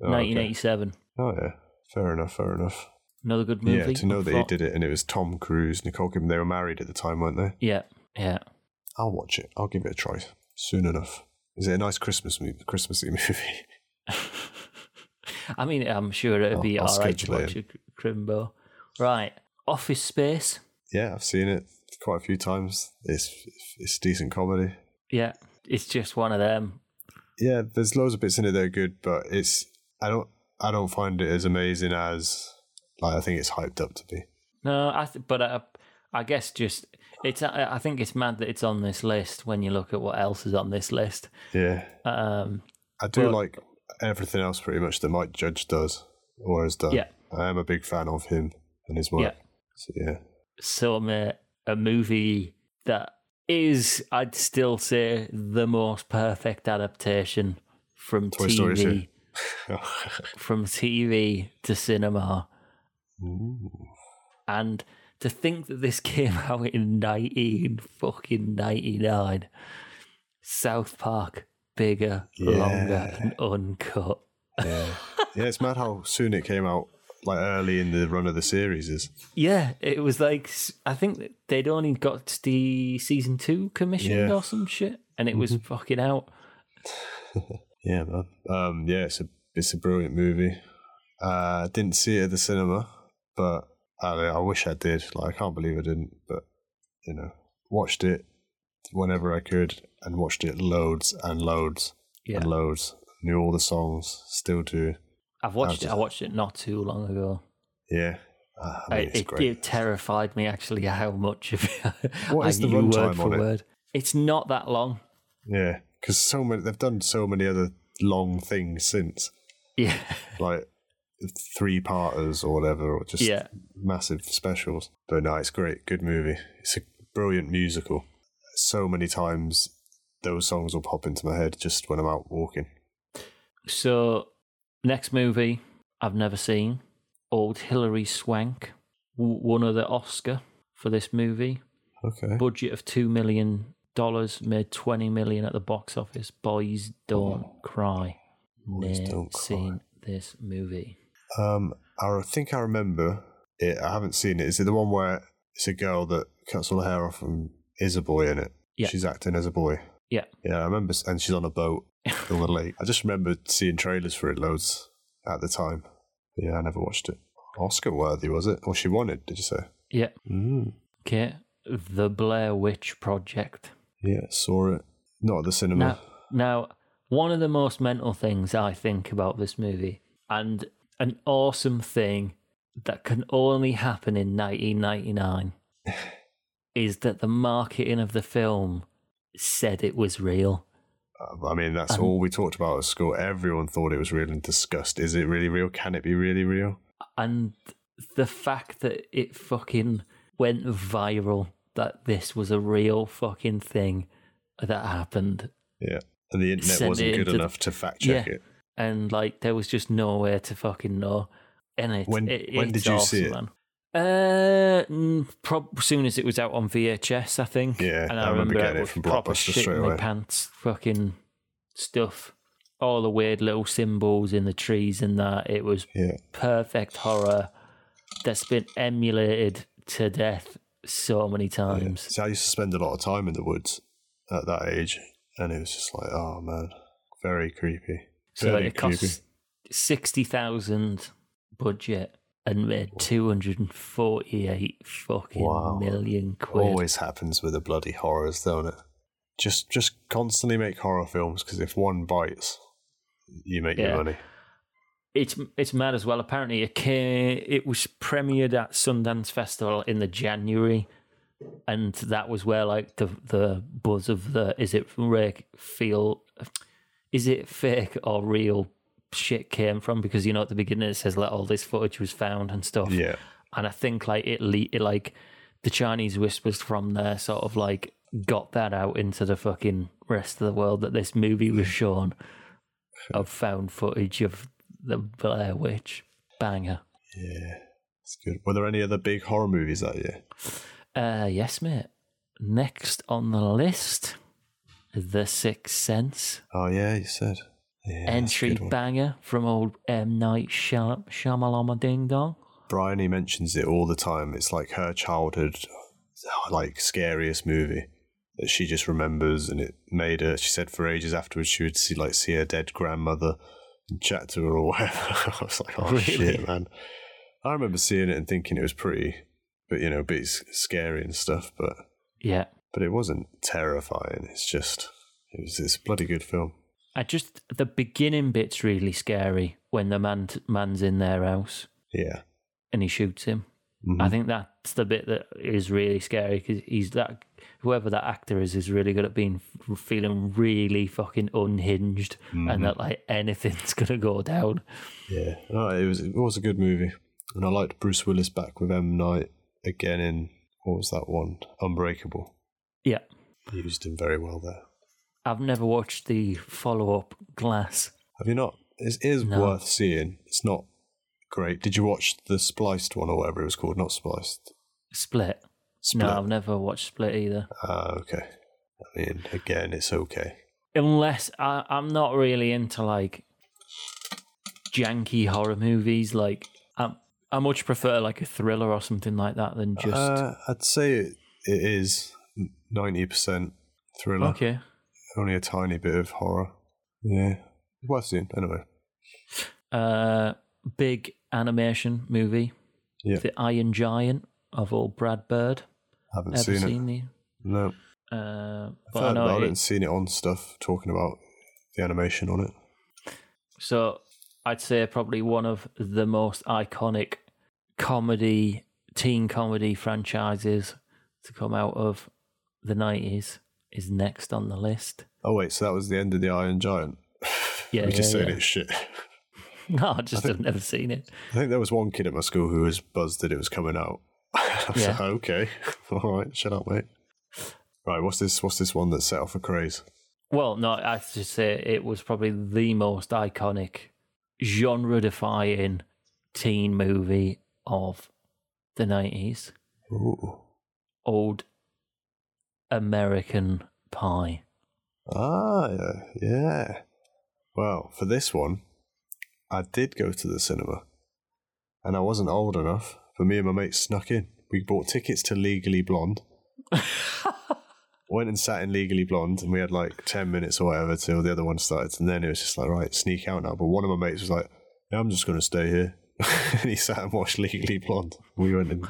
Oh, okay.
1987.
Oh yeah, fair enough, fair enough.
Another good movie.
Yeah, to know that he did it, and it was Tom Cruise, Nicole Kidman. They were married at the time, weren't they?
Yeah, yeah.
I'll watch it. I'll give it a try soon enough. Is it a nice Christmas movie? Christmassy movie?
I mean, I'm sure it'd be
I'll- I'll
all right to
schedule it
watch a Crimbo. Right. Office Space.
yeah, I've seen it quite a few times. It's it's decent comedy.
Yeah, it's just one of them.
yeah, there's loads of bits in it that are good, but it's I don't I don't find it as amazing as like I think it's hyped up to be.
No, I th- but I, I guess just it's. uh, I I think it's mad that it's on this list when you look at what else is on this list.
Yeah,
Um,
I do
But-
like everything else pretty much that Mike Judge does or has done.
Yeah.
I am a big fan of him and his work.
Yeah.
So, yeah,
some uh, a movie that is, I'd still say, the most perfect adaptation from
Toy Story
TV
two.
from TV to cinema.
Ooh.
And to think that this came out in nineteen fucking ninety nine, South Park bigger, longer,
Yeah.
and uncut.
Yeah. yeah, it's mad how soon it came out, like early in the run of the series. Is
Yeah, it was like s- I think that they'd only got the season two commissioned
Yeah. Mm-hmm.
or some shit, and it was fucking out.
yeah, man. Um, yeah, it's a it's a brilliant movie. Uh, I didn't see it at the cinema, but I, I wish I did. Like, I can't believe I didn't. But you know, watched it whenever I could, and watched it loads and loads
Yeah,
and loads. Knew all the songs, still do.
I've watched it.
just-
I watched it not too long ago.
Yeah, uh, I
I-
mean, it's
it,
great.
it terrified me actually how much of it.
What
I
is the
knew
runtime
word for
on it?
word. It's not that long.
Yeah, because so many they've done so many other long things since,
Yeah,
like three parters or whatever, or just
yeah,
massive specials. But no, it's great, good movie. It's a brilliant musical. So many times those songs will pop into my head just when I'm out walking.
So, next movie I've never seen. Old Hilary Swank w- won the Oscar for this movie.
Okay,
Budget of two million dollars, made twenty million at the box office. Boys don't cry.
Oh, Boys
Never
Don't Cry.
seen this movie.
um, I think I remember it. I haven't seen it. Is it the one where it's a girl that cuts all her hair off and is a boy in it?
Yeah.
she's acting as a boy.
Yeah.
Yeah, I remember, and she's on a boat on the lake. I just remember seeing trailers for it loads at the time. But yeah, I never watched it. Oscar worthy, was it? Or she wanted? Did you say?
Yeah.
Mm.
Okay. The Blair Witch Project.
Yeah, saw it. Not at the cinema.
Now, now, one of the most mental things I think about this movie, and an awesome thing that can only happen in 1999, is that the marketing of the film said it was real.
Uh, I mean,
Um.
that's all we talked about at school. Everyone thought it was real and discussed. Is it really real? Can it be really real?
And the fact that it fucking went viral, that this was a real fucking thing that happened.
Yeah. And the internet
Send
wasn't
it
good
into-
enough to fact check
Yeah.
it.
and like there was just nowhere to fucking know. And it,
When-
it-
when did
it's
you
awesome,
see it?
Man. Uh, mm, prob- soon as it was out on VHS, I think.
Yeah,
and
I remember getting
I
it
was
from
proper
Blockbuster
shitting
straight
my
away.
pants, fucking stuff. All the weird little symbols in the trees and that. It was
Yeah.
perfect horror that's been emulated to death so many times.
See, I used to spend a lot of time in the woods at that age, and it was just like, oh man, very creepy.
So
Very
it costs sixty thousand budget and made two hundred and forty-eight fucking
Wow.
million quid.
Always happens with the bloody horrors, don't it? Just, just constantly make horror films because if one bites, you make
Yeah.
your money.
It's it's mad as well. Apparently, it came, it was premiered at Sundance Festival in the January, and that was where like the the buzz of the is it fake feel, is it fake or real shit came from because you know at the beginning it says like all this footage was found and stuff.
Yeah,
and I think like it, le- it like the Chinese whispers from there sort of like got that out into the fucking rest of the world that this movie was shown of found footage of the Blair Witch banger.
yeah, it's good. Were there any other big horror movies that year?
Uh, yes, mate. Next on the list, The Sixth Sense
Oh yeah, you said. Yeah, that's a
entry
good one.
banger from old M Night Shyam- Shyamalama Ding Dong.
Brian, he mentions it all the time. It's like her childhood, like scariest movie that she just remembers, and it made her. She said for ages afterwards she would see like see her dead grandmother and chat to her or whatever. I was like, oh
Really?
shit, man. I remember seeing it and thinking it was pretty, but you know, a bit s- scary and stuff. But
Yeah,
but it wasn't terrifying. It's just it was it's a bloody good film.
I just the beginning bit's really scary when the man man's in their house.
Yeah,
and he shoots him. I
Mhm.
think that's the bit that is really scary because he's that whoever that actor is is really good at being feeling really fucking unhinged
Mm-hmm.
and that like anything's gonna go down.
Yeah, no, it was it was a good movie, and I liked Bruce Willis back with M Night again in What was that one? Unbreakable.
Yeah.
Used him very well there.
I've never watched the follow up Glass.
Have you not? It is
No.
worth seeing. It's not great. Did you watch the spliced one or whatever it was called? Not spliced.
Split.
Split.
No, I've never watched Split either.
Ah, okay. I mean, again, it's okay.
Unless I, I'm not really into like janky horror movies. Like I, I much prefer like a thriller or something like that than just
Uh, I'd say it, it is ninety percent thriller.
okay.
Only a tiny bit of horror. Yeah. Worth seeing anyway.
Uh, big animation movie.
Yeah.
The Iron Giant of all Brad Bird.
Haven't
Ever
seen,
seen,
it.
the?
No.
Uh,
I've
but I
heard
know
about it
it-
and seen it on stuff talking about the animation on it.
So I'd say probably one of the most iconic comedy, teen comedy franchises to come out of the 90s is next on the list.
Oh wait, so that was the end of the Iron Giant.
Yeah,
we just
yeah,
said
yeah.
it's shit.
No, I just have never seen it.
I think there was one kid at my school who was buzzed that it was coming out. I was
Yeah.
like, okay, all right, shut up, mate. Right, what's this? What's this one that set off a craze?
Well, no, I'd just say it was probably the most iconic, genre defying teen movie of the 90s.
Ooh.
Old American Pie.
Ah, yeah, yeah. Well, for this one, I did go to the cinema, and I wasn't old enough. But me and my mates snuck in. We bought tickets to Legally Blonde. Went and sat in Legally Blonde, and we had like ten minutes or whatever till the other one started, and then it was just like, right, sneak out now. But one of my mates was like, "Yeah, I'm just going to stay here, and he sat and watched Legally Blonde. We went and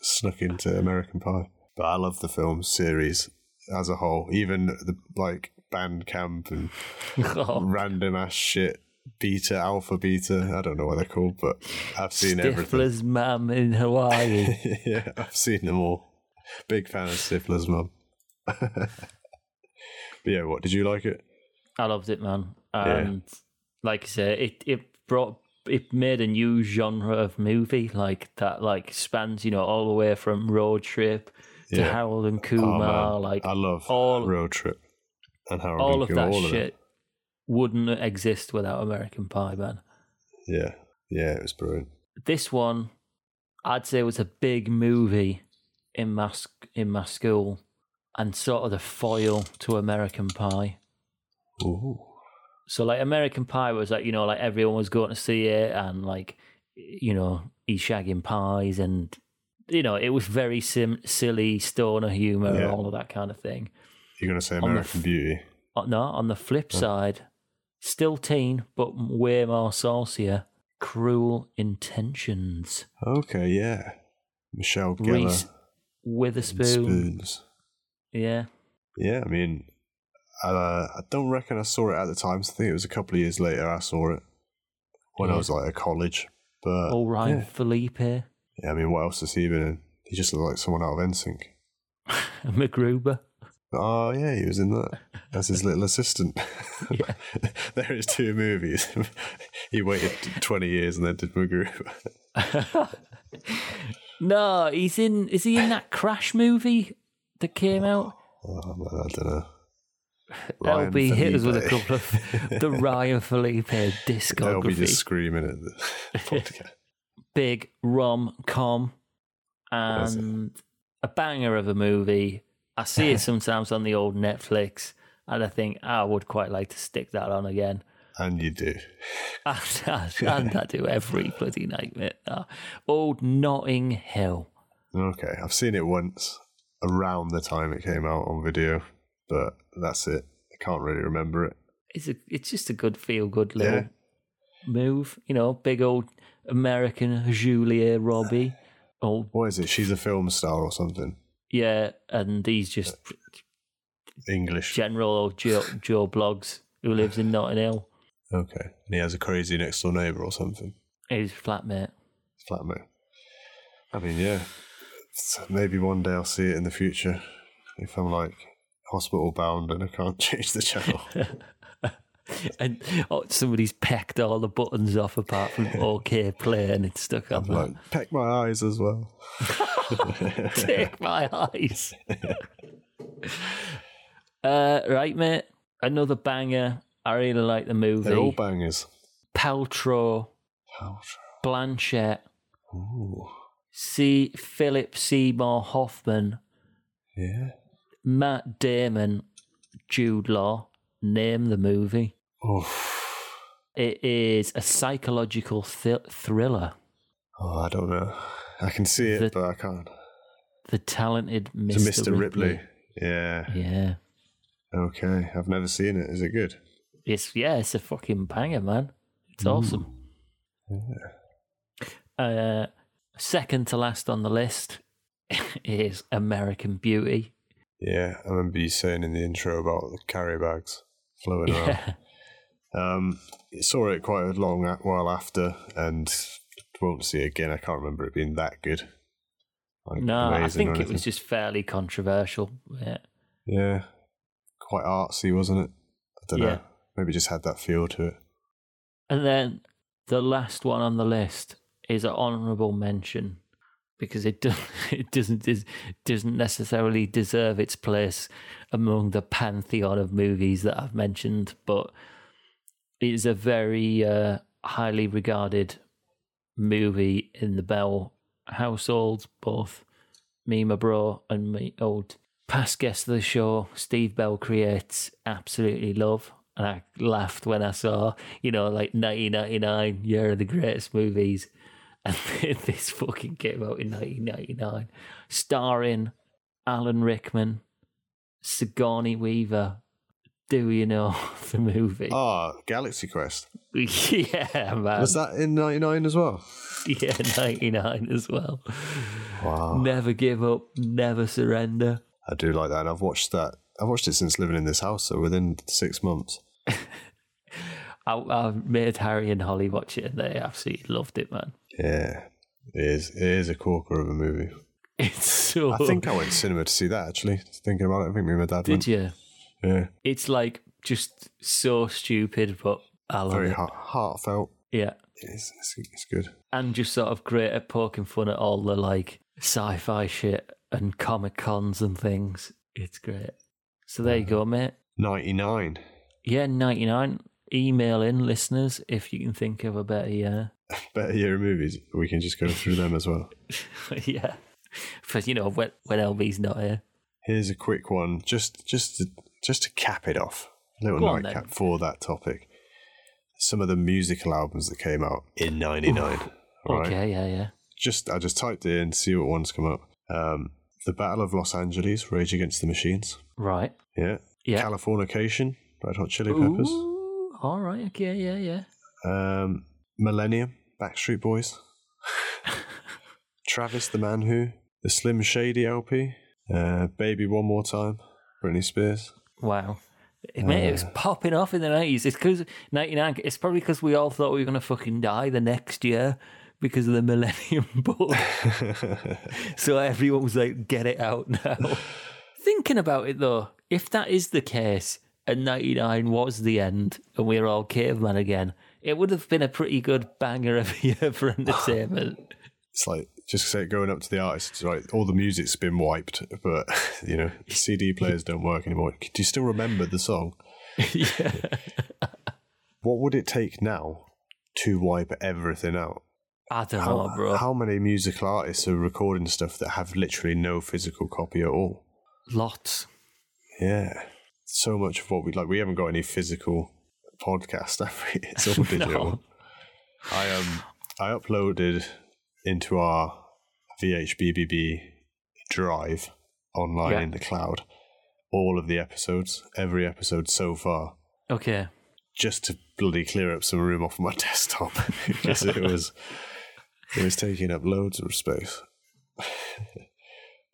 snuck into American Pie. But I love the film series as a whole, even the like band camp and
Oh,
random ass shit, beta, alpha, beta. I don't know what they're called, but I've seen everything.
Stifler's mum in Hawaii.
yeah, I've seen them all. Big fan of Stifler's mum. but yeah, what did you like it?
I loved it, man.
Yeah.
And like I say, it it brought it made a new genre of movie, like that, like spans you know all the way from Road Trip to
Yeah.
Harold and
Oh, man.
Kumar, like
I love
all-
road trip and Harold
all
and
of
Kumar,
that
all of it.
shit wouldn't exist without American Pie, man.
Yeah, yeah, it was brilliant.
This one, I'd say, was a big movie in my sc- in my school, and sort of the foil to American Pie.
Ooh.
So like American Pie was like you know like everyone was going to see it and like you know he's shagging pies and you know it was very sim- silly stoner humor and
Yeah.
all of that kind of thing.
You're gonna say
the
American
f-
Beauty?
Uh, No, on the flip side, still teen but way more saucier. Cruel Intentions,
Okay, yeah. Michelle Geller.
Reese Witherspoon.
Spoons.
Yeah,
Yeah, I mean, I, uh, I don't reckon I saw it at the time. So I think it was a couple of years later I saw it when I
Yeah.
was like at college. But
all right,
Uh, yeah.
Felipe
Yeah, I mean, what else has he been in? He just looked like someone out of NSYNC.
MacGruber.
Oh yeah, he was in that as his little assistant.
Yeah.
there is two movies. he waited twenty years and then did MacGruber.
no, he's in. Is he in that Crash movie that came out?
Oh, man, I don't know.
LB hit us with a
Felipe.
couple of the Ryan Felipe
They'll be
discography.
just screaming at the podcast.
Big rom com
That's it.
and a banger of a movie. I see it sometimes on the old Netflix, and I think "Ah, I would quite like to stick that on again.
and you do.
And, I do every bloody night, mate. No. Old Notting Hill.
Okay, I've seen it once around the time it came out on video, but that's it. I can't really remember it.
It's a, it's just a good feel good little
Yeah.
move, you know. Big old American Julia Robbie, old
What is it? She's a film star or something.
Yeah, and he's just
English.
general old Joe, Joe Blogs who lives in Notting Hill.
Okay. And he has a crazy next door neighbor or something.
His flatmate.
Flatmate. I mean, yeah. So maybe one day I'll see it in the future if I'm like hospital bound and I can't change the channel.
And oh, somebody's pecked all the buttons off apart from OK Play and it's stuck on
I'm like, peck my eyes as well.
Take my eyes. uh, right, mate. Another banger. I really like the movie.
They're all bangers.
Paltrow,
How
Blanchett,
tr- Ooh.
C. Philip Seymour Hoffman,
Yeah.
Matt Damon, Jude Law. Name the movie.
Oof.
It is a psychological th- thriller.
Oh, I don't know. I can see it,
The-
but I can't.
The talented Mr.
It's a Mr. Ripley.
Ripley.
Yeah.
Yeah.
Okay. I've never seen it. Is it good?
It's yeah, it's a fucking banger, man. It's awesome. Uh, second to last on the list is American Beauty.
Yeah. I remember you saying in the intro about the carry bags
Oh,
floating around.
Yeah,
Um, saw it quite a long a- while after, and won't see it again. I can't remember it being that good. Like,
no, I
amazing or
think it was
anything.
just fairly controversial. Yeah,
yeah, quite artsy, wasn't it? I don't
Yeah.
know. Maybe it just had that feel to it.
and then the last one on the list is an honourable mention because it do- it doesn't des- doesn't necessarily deserve its place among the pantheon of movies that I've mentioned, but it is a very uh, highly regarded movie in the Bell household. Both me, my bro, and my old past guest of the show, Steve Bell, creates absolutely love. And I laughed when I saw, you know, like 1999, Year of the Greatest Movies. And this fucking came out in 1999, starring Alan Rickman, Sigourney Weaver. Do you know the movie?
Ah, Galaxy Quest.
yeah, man.
Was that in '99 as well?
Yeah, 99 as well.
Wow,
Never give up, never surrender.
I do like that. And I've watched that. I've watched it since living in this house, so within six months.
I, I made Harry and Holly watch it and they absolutely loved it, man.
Yeah, it is. It is a corker of a movie.
It's so.
I think I went to cinema to see that. Actually, thinking about it, I think me and my dad
Did
went.
you?
Yeah,
It's like just so stupid, but I love
very
it.
heart- heartfelt.
Yeah.
It's, it's, it's good.
And just sort of great at poking fun at all the like sci fi shit and comic cons and things. It's great. So there you go, mate.
99.
Yeah, 99. Email in, listeners, if you can think of a better year.
Better year of movies. We can just go through them as well.
yeah. But you know, when, when LB's not uh, here.
Here's a quick one, just just to, just to cap it off. A little
Go on,
nightcap
then.
for that topic. Some of the musical albums that came out in 99. All right.
Okay, yeah, yeah.
Just I just typed it in, see what ones come up. Um, the Battle of Los Angeles, Rage Against the Machines.
Right.
Yeah.
Yeah.
Californication, Red Hot Chili Peppers.
Ooh, all right, okay, yeah, yeah.
Um, Millennium, Backstreet Boys, Travis the Man Who, the Slim Shady LP, uh, Baby One More Time, Britney Spears.
Wow. Mate, it was popping off in the 90s. It's because 99, it's probably because we all thought we were going to fucking die the next year because of the Millennium Bug. so everyone was like, get it out now. Thinking about it though, if that is the case and 99 was the end and we are all cavemen again, it would have been a pretty good banger of a year for entertainment.
It's like just say going up to the artists, right? All the music's been wiped, but you know, CD players don't work anymore. Do you still remember the song?
yeah.
What would it take now to wipe everything out?
I don't
How,
know, bro.
how many musical artists are recording stuff that have literally no physical copy at all?
Lots.
Yeah. So much of what we like, we haven't got any physical podcast, have we? It's all digital. I um, I uploaded into our VHBBB drive online
Yeah.
in the cloud all of the episodes, every episode so far,
Okay.
just to bloody clear up some room off my desktop because it was it was taking up loads of space. but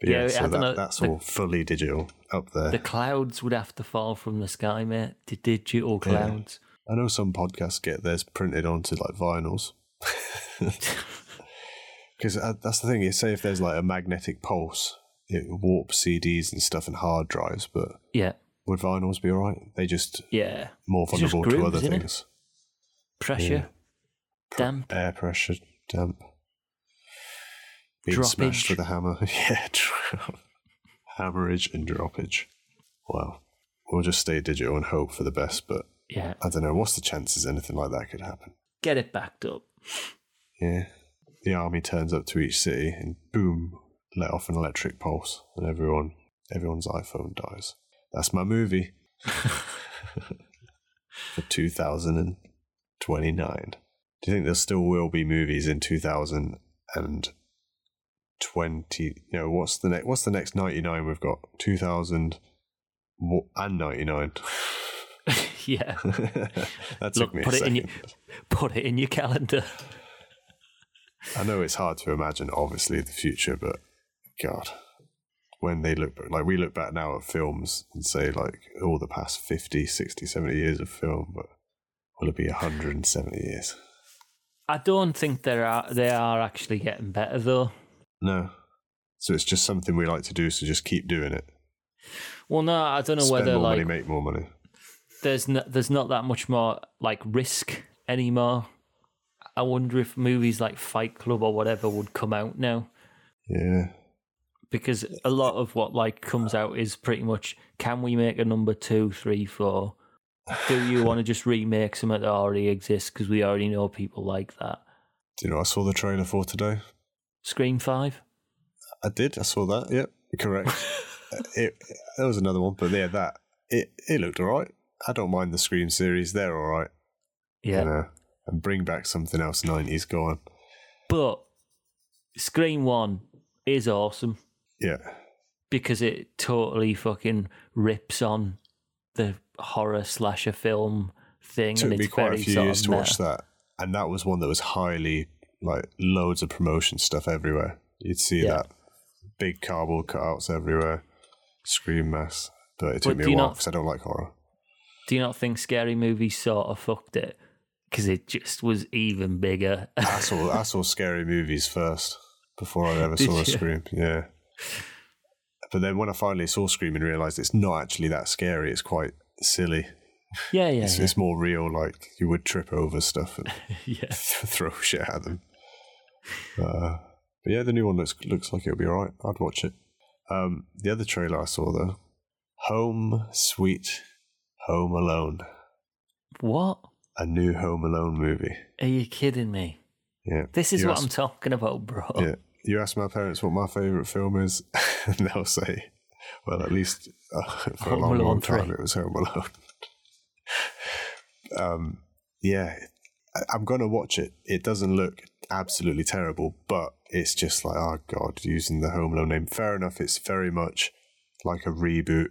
yeah,
Yeah, I
so
don't
that,
know,
that's
the-
all fully digital up there.
The clouds would have to fall from the sky, mate. The digital clouds.
I know some podcasts get theirs printed onto like vinyls. Because that's the thing. You say if there's like a magnetic pulse, it warps CDs and stuff and hard drives. But
Yeah.
would vinyls be all right? They just
Yeah.
more
It's just
vulnerable to
grooves,
other
isn't it?
things.
Pressure. Damp.
Air pressure, damp. Being
Droppage.
smashed with a hammer. yeah, dro- hammerage and droppage. Wow. We'll just stay digital and hope for the best, but
Yeah,
I don't know. What's the chances anything like that could happen?
get it backed up.
Yeah. The army turns up to each city and boom, let off an electric pulse, and everyone, everyone's iPhone dies. That's my movie for 2029. Do you think there still will be movies in 2020? No, what's the next? What's the next 99 we've got? 2000 wo- and 99.
yeah,
that took
Look,
me a
put it in
second.
your- put it in your calendar.
I know it's hard to imagine, obviously, the future, but God, when they look back, like we look back now at films and say, like, all the past 50, 60, 70 years of film, but will it be 170 years?
I don't think there are they are actually getting better though.
No. So it's just something we like to do, so just keep doing it.
Well, no, I don't know
Spend
whether
more
like
money, make more money.
there's no, there's not that much more like risk anymore. I wonder if movies like Fight Club or whatever would come out now
Yeah.
because a lot of what like comes out is pretty much can we make a number two, three, four? Do you want to just remake some that already exists because we already know people like that?
Do you know what I saw the trailer for today?
Scream Five.
I did. I saw that. Yep. Correct. Uh, it, there was another one, but yeah, that. It, it looked all right. I don't mind the Scream series. They're all right.
Yeah,
you know, and bring back something else 90s. Go on.
but Scream One is awesome.
Yeah.
because it totally fucking rips on the horror slasher film thing.
Took
and
me
it's
quite a
very
few
sort
years
of
to watch
meta.
that. And that was one that was highly, like, loads of promotion stuff everywhere. You'd see
Yeah.
that. Big cardboard cutouts everywhere, scream mass. But it took
But do
me
you
a while
not-
because I don't like horror.
Do you not think Scary Movie sort of fucked it? Because it just was even bigger.
I saw, I saw scary movies first before I ever
Did
saw a
you?
scream. Yeah. But then when I finally saw Scream and realised it's not actually that scary, it's quite silly.
yeah, yeah,
it's, it's more real, like you would trip over stuff and
yeah.
throw shit at them. Uh, but yeah, the new one looks looks like it'll be alright. I'd watch it. Um, the other trailer I saw though, Home Sweet Home Alone,
What?
a new Home Alone movie.
Are you kidding me?
Yeah,
This is
You
what
asked-
I'm talking about, bro.
yeah. You ask my parents what my favorite film is, and they'll say, "Well, at least uh, for
Home
a long, long
Alone
time
3.
it was Home Alone." um, yeah, I- I'm gonna watch it. It doesn't look absolutely terrible, but it's just like, oh god, using the Home Alone name. Fair enough. It's very much like a reboot.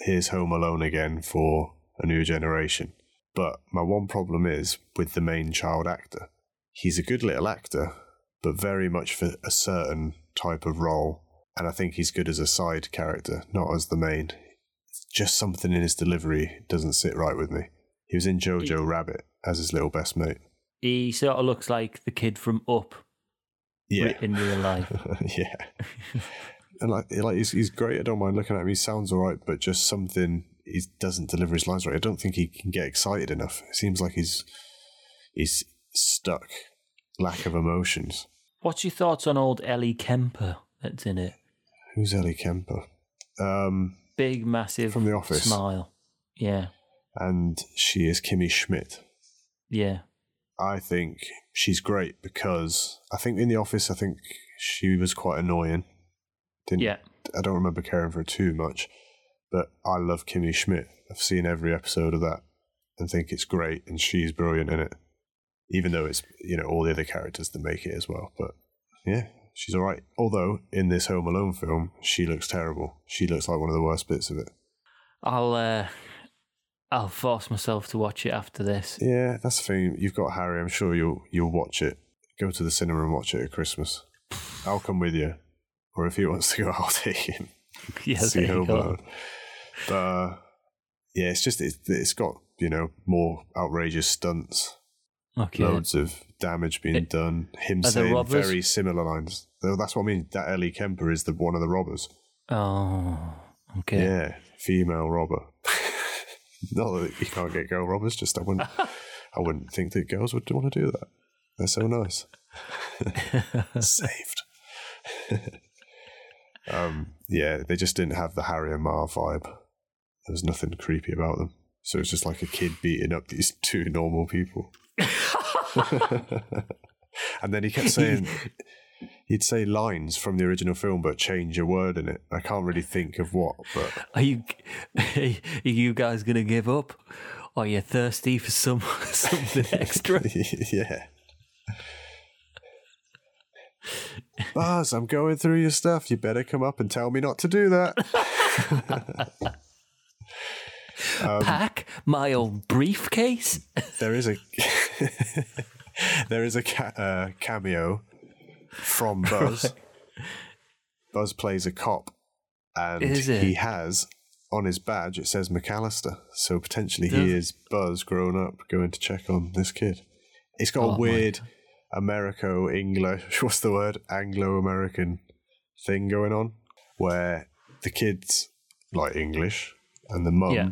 Here's Home Alone again for a new generation. But my one problem is with the main child actor. He's a good little actor, but very much for a certain type of role. And I think he's good as a side character, not as the main. It's just something in his delivery doesn't sit right with me. He was in Jojo Rabbit as his little best mate.
He sort of looks like the kid from Up
Yeah.
in real life.
yeah. And like, like he's, he's great. I don't mind looking at him. He sounds all right, but just something he doesn't deliver his lines right. I don't think he can get excited enough. It seems like he's he's stuck, lack of emotions.
What's your thoughts on old Ellie Kemper that's in it?
Who's Ellie Kemper? Um,
Big, massive
From The Office.
smile. Yeah,
and she is Kimmy Schmidt.
yeah.
I think she's great because I think in the office, I think she was quite annoying. Didn't
Yeah.
I don't remember caring for her too much, but I love Kimmy Schmidt. I've seen every episode of that and think it's great, and she's brilliant in it. Even though it's you know all the other characters that make it as well, but yeah, she's all right. Although in this Home Alone film, she looks terrible. She looks like one of the worst bits of it.
I'll uh, I'll force myself to watch it after this.
Yeah, that's the thing. You've got Harry. I'm sure you'll you'll watch it. Go to the cinema and watch it at Christmas. I'll come with you, or if he wants to go, I'll take him.
Yeah,
see
there you
Home
go.
Alone. But uh, yeah, it's just it, it's got you know more outrageous stunts,
Okay.
loads of damage being
It-
done. Him
there
saying
robbers?
very similar lines. Though That's what I mean. That Ellie Kemper is the one of the robbers.
Oh,
Yeah,
okay.
female robber. Not that you can't get girl robbers. Just I wouldn't. I wouldn't think that girls would want to do that. They're so nice. Saved. um, yeah, they just didn't have the Harry and Mar vibe. There was nothing creepy about them. So it's just like a kid beating up these two normal people. and then he kept saying, he'd say lines from the original film, but change a word in it. I can't really think of what, but
Are you are you guys gonna give up? Are you thirsty for some something extra?
yeah. Buzz, I'm going through your stuff. You better come up and tell me not to do that.
Pack my old briefcase.
there is a there is a ca- uh, cameo from Buzz. Buzz plays a cop, and
Is it?
he has on his badge it says McAllister. So potentially he
Does-
is Buzz grown up going to check on this kid. It's got
Oh my
a weird Americo English. What's the word? Anglo American thing going on where the kids like English and the mum
Yeah.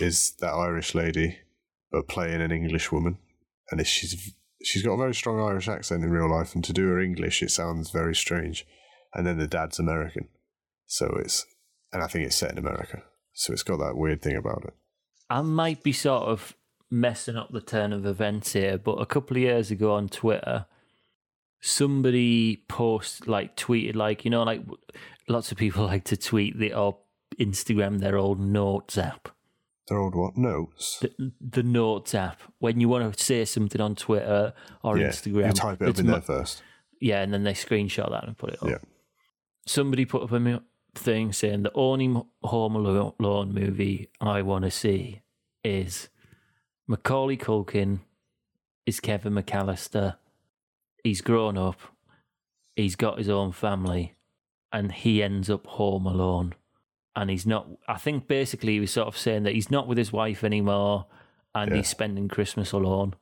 is that Irish lady, but playing an English woman, and if she's she's got a very strong Irish accent in real life, and to do her English, it sounds very strange. And then the dad's American, so it's and I think it's set in America, so it's got that weird thing about it.
I might be sort of messing up the turn of events here, but a couple of years ago on Twitter, somebody post like tweeted like you know like w- lots of people like to tweet the or Instagram their old notes app.
They're old what notes?
The, the notes app when you want to say something on Twitter or
yeah,
Instagram,
you type it up
it's
in
mu-
there first.
yeah, and then they screenshot that and put it up.
Yeah.
Somebody put up a mu- thing saying the only m- Home Alo- Alone movie I want to see is Macaulay Culkin is Kevin McAllister. He's grown up. He's got his own family, and he ends up home alone. And he's not. I think basically he was sort of saying that he's not with his wife anymore, and
Yeah.
he's spending Christmas alone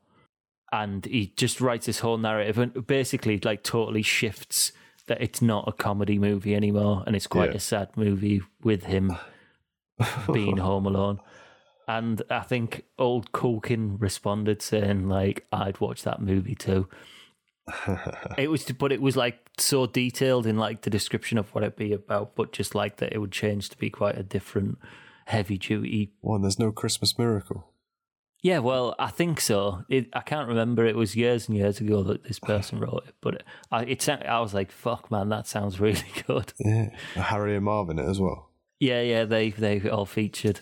and he just writes this whole narrative and basically like totally shifts that it's not a comedy movie anymore and it's quite
Yeah.
a sad movie with him being home alone and i think old culkin responded saying like i'd watch that movie too it was but it was like so detailed in like the description of what it'd be about but just like that it would change to be quite a different heavy duty
One, there's no Christmas miracle.
yeah, well, I think so. It, I can't remember. It was years and years ago that this person wrote it, but I, it sound, I was like, "Fuck, man, that sounds really good."
Yeah, Harry and Marvin it as well.
Yeah, yeah, they they all featured.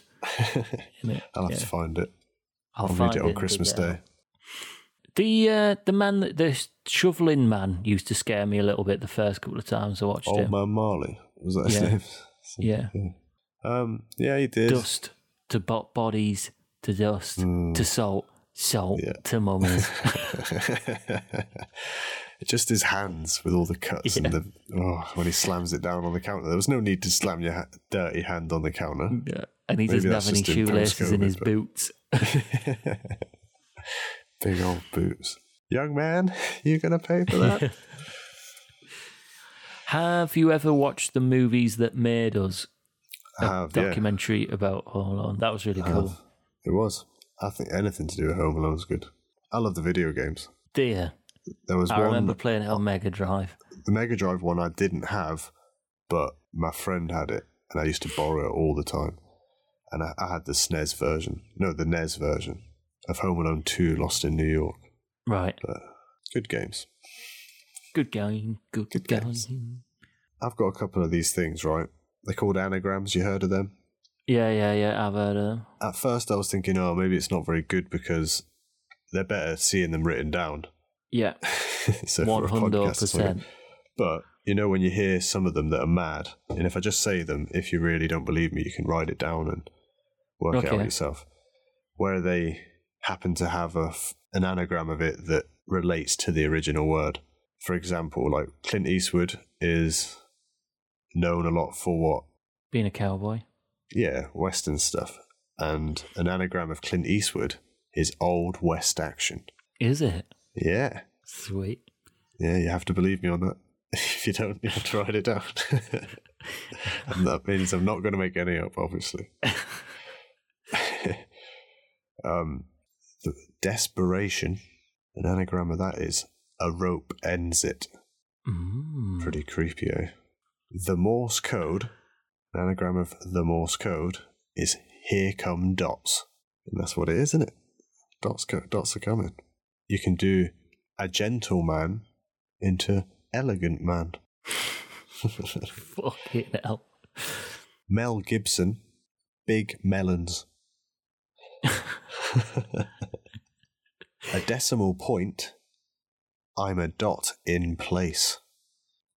in it.
I'll have
Yeah.
to find it.
I'll,
I'll
find
read it
and
on
dig
Christmas
it out.
Day.
The uh, the man, that- the shoveling man, used to scare me a little bit the first couple of times I watched
Old
him.
Oh, Man Marley was that his
Yeah.
name?
Yeah.
Um, yeah, he did.
Dust to bot bodies to dust to salt, salt
Hmm. Yeah.
to mummies.
Just his hands with all the cuts and the oh, when he slams it down on the counter. There was no need to slam your ha- dirty hand on the counter.
Yeah. and he
Maybe
doesn't
that's
have any
just in
shoelaces in
post-COVID,
his
but-
boots.
Big old boots. Young man, you gonna pay for that?
Have you ever watched the movies that made us?
I have, Ah, yeah.
documentary about Home Alone. That was really cool.
It was. I think anything to do with Home Alone's good. I love the video games.
Dear,
There was
I
one
remember playing it on Mega Drive.
the Mega Drive one I didn't have, but my friend had it, and I used to borrow it all the time. And I, I had the SNES version, no, the NES version of Home Alone 2 Lost in New York.
Right.
Good games.
Good game. Good,
Good
game.
games. I've got a couple of these things, right? They're called anagrams. You heard of them?
Yeah, yeah, yeah. I've heard of them.
At first, I was thinking, oh, maybe it's not very good because they're better seeing them written down.
Yeah,
so for
one
a podcast,
hundred
it's not good.
percent.
But you know, when you hear some of them that are mad, and if I just say them, if you really don't believe me, you can write it down and work it
Okay.
out yourself. Where they happen to have a f an anagram of it that relates to the original word. For example, like Clint Eastwood is known a lot for what?
Being a cowboy.
Yeah, Western stuff. And an anagram of Clint Eastwood is Old West Action.
Is it?
Yeah.
Sweet.
Yeah, you have to believe me on that. If you don't, you have to write it down. and that means I'm not going to make any up, obviously. um, the desperation, an anagram of that is a rope ends it.
Mm.
Pretty creepy, eh? The Morse code, an anagram of the Morse code, is here come dots. And that's what it is, isn't it? Dots, co- dots are coming. You can do a gentleman into elegant man.
Fucking hell.
Mel Gibson, big melons. a decimal point, I'm a dot in place.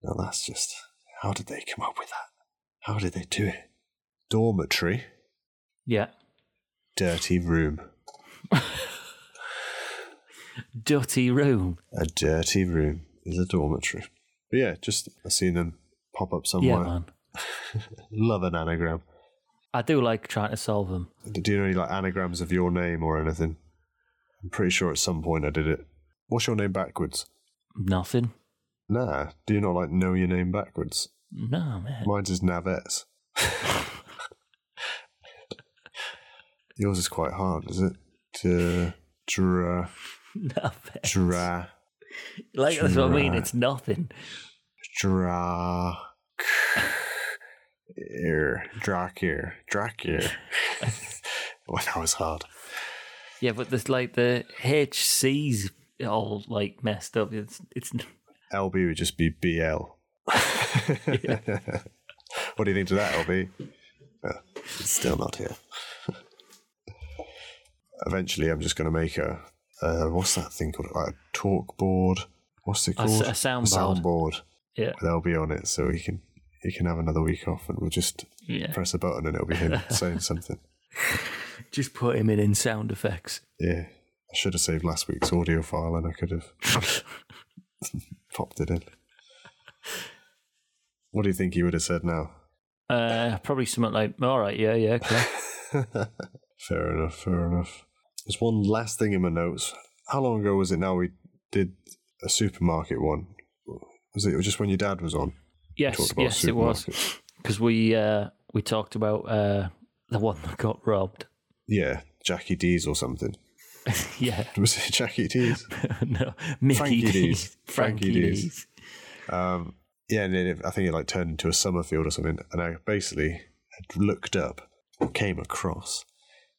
Now that's just, how did they come up with that? How did they do it? Dormitory,
Yeah.
dirty room.
Dirty room.
A dirty room is a dormitory. But yeah, just I've seen them pop up
Yeah,
somewhere.
man.
Love an anagram.
I do like trying to solve them.
Do you know any like anagrams of your name or anything? I'm pretty sure at some point I did it. What's your name backwards?
Nothing.
Nah. Do you not like know your name backwards?
No, man.
Mine's is Navets. Yours is quite hard, is it? Dra, dra,
Nothing.
dra,
Like, that's what I mean.
Dra-
It's nothing.
dra, ear, drakir, drakir. well, that was hard.
Yeah, but there's like the HC's all like messed up. It's, it's
LB would just be BL. what do you think to that, LB? Uh, it's still not here. Eventually, I'm just going to make a uh, what's that thing called? Like a talk board. What's it
A s-
called?
a soundboard.
soundboard
yeah,
with LB on it, so he can he can have another week off, and we'll just
yeah.
press a button and it'll be him saying something.
Just put him in in sound effects.
Yeah, I should have saved last week's audio file, and I could have popped it in. What do you think he would have said now?
Uh, probably something like, all right, yeah, yeah, okay.
Fair enough, fair enough. There's one last thing in my notes. How long ago was it now we did a supermarket one? Was it just when your dad was on?
yes,
Talked about
yes, it was
supermarkets.
because we uh, we talked about uh, the one that got robbed.
Yeah, Jackie D's or something.
yeah,
Was it Jackie D's?
no, Mickey
Frankie
D's,
D's. Frankie
Frankie
D's.
D's.
Um, yeah, and then it, I think it like turned into a summer field or something. And I basically had looked up or came across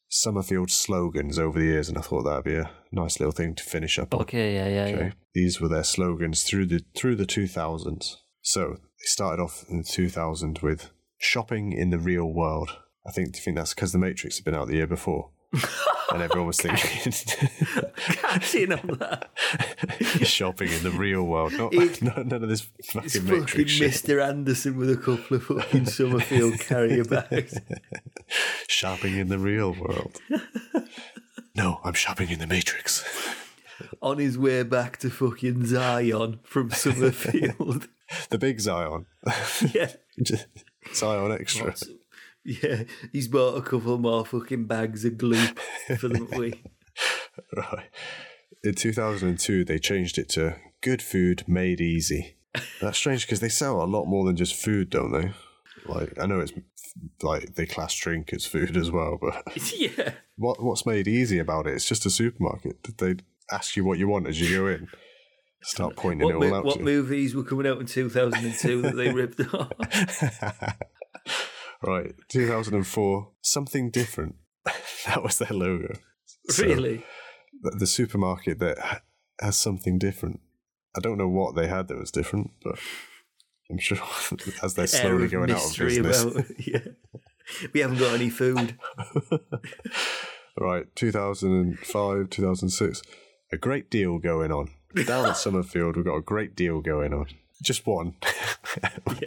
Summerfield slogans over the years, and I thought that'd be a nice little thing to finish up on.
Okay, yeah, yeah,
Okay.
yeah.
These were their slogans through the through the 2000s. So they started off in the 2000s with shopping in the real world. I think do you think that's because The Matrix had been out the year before, and everyone was thinking
Catching on that.
shopping in the real world. Not,
It-
not none of this fucking
It's fucking
Matrix shit.
Mr. Anderson with a couple of fucking Summerfield carrier bags.
Shopping in the real world. no, I'm shopping in the Matrix.
on his way back to fucking Zion from Summerfield.
The big Zion,
yeah.
Just Zion extra.
Yeah. He's bought a couple more fucking bags of glue for the week.
Right. In 2002, they changed it to good food made easy. That's strange because they sell a lot more than just food, don't they? Like, I know it's like they class drink as food as well, but
Yeah.
what what's made easy about it? It's just a supermarket. Did They ask you what you want as you go in, start pointing
What,
it
mo-
all out
what
to you.
movies were coming out in 2002 that they ripped off?
Right, 2004, something different. that was their logo. So-
Really?
the the supermarket that ha- has something different. I don't know what they had that was different, but I'm sure as they're
Air
slowly
of
going out of
mystery
business.
about- yeah. We haven't got any food.
Right, 2005, 2006, a great deal going on. Down at Summerfield, we've got a great deal going on. Just one.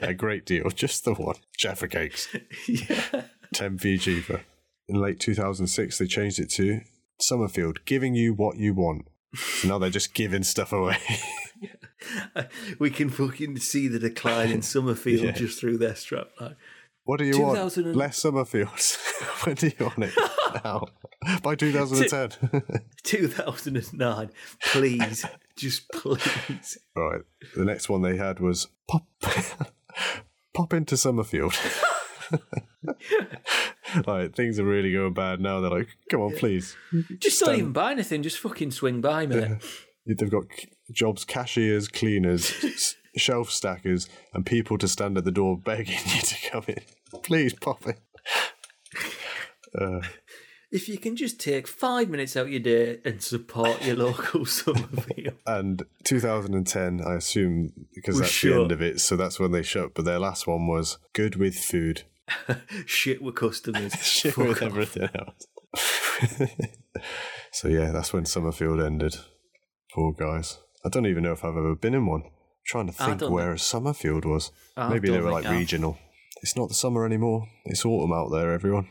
a great deal, just the one. Jaffa cakes.
Yeah.
10p cheaper. In late 2006, they changed it to Summerfield, giving you what you want. So now they're just giving stuff away.
We can fucking see the decline in Summerfield just through their strapline.
What do you
2000
want?
and-
Less Summerfields. when do you want it? now. By 2010.
2009. Please. just please.
right. The next one they had was pop pop into Summerfield. like things are really going bad now. They're like, come on, please.
Just don't even buy anything. Just fucking swing by, mate.
They've got c- jobs, cashiers, cleaners, s- shelf stackers and people to stand at the door begging you to come in. Please pop in. Uh,
If you can just take five minutes out your day and support your local Summerfield.
and 2010, I assume, because
We're
that's the
sure.
end of it, so that's when they shut. But their last one was good with food,
Shit with customers.
shit
Fuck
with
off.
everything else. so yeah, that's when Summerfield ended. Poor guys. I don't even know if I've ever been in one. trying to
I
think
don't
where a Summerfield was.
I
Maybe they
don't
were
think
like
I've-
regional. It's not the summer anymore. It's autumn out there, everyone.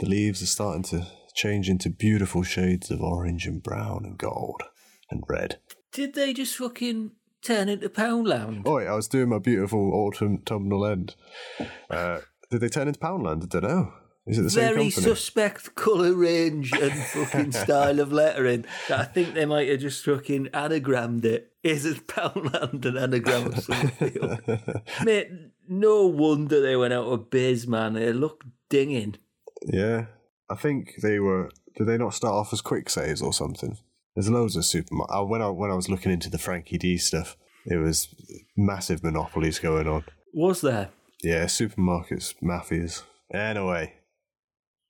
The leaves are starting to change into beautiful shades of orange and brown and gold and red.
Did they just fucking turn into Poundland?
Oi, Oh, I was doing my beautiful autumn autumnal end. Uh, did they turn into Poundland? I don't know. Is it the same
Very
company?
suspect colour range and fucking style of lettering that I think they might have just fucking anagrammed it. Is it Poundland an anagram of Summerfield? Mate, no wonder they went out of biz, man. They look dinging.
yeah, I think they were. Did they not start off as quick saves or something? There's loads of supermarkets. When I when I was looking into the Frankie D stuff, it was massive monopolies going on.
Was there?
Yeah, supermarkets, mafias. Anyway,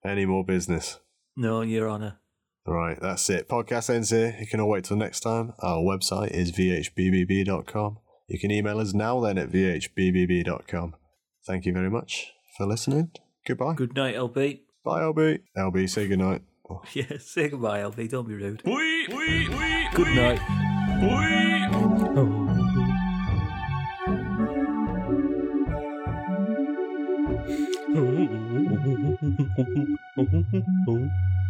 any more business?
No, Your Honour.
Right, that's it. Podcast ends here. You can all wait till next time. Our website is vhbbb.com. You can email us now then at vhbbb.com. Thank you very much for listening. Goodbye.
Good night, LB.
Bye, LB. LB, say goodnight.
Yeah, say goodbye, LB. Don't be rude.
Wee, wee, wee,
Good night.
Wee.
Oh.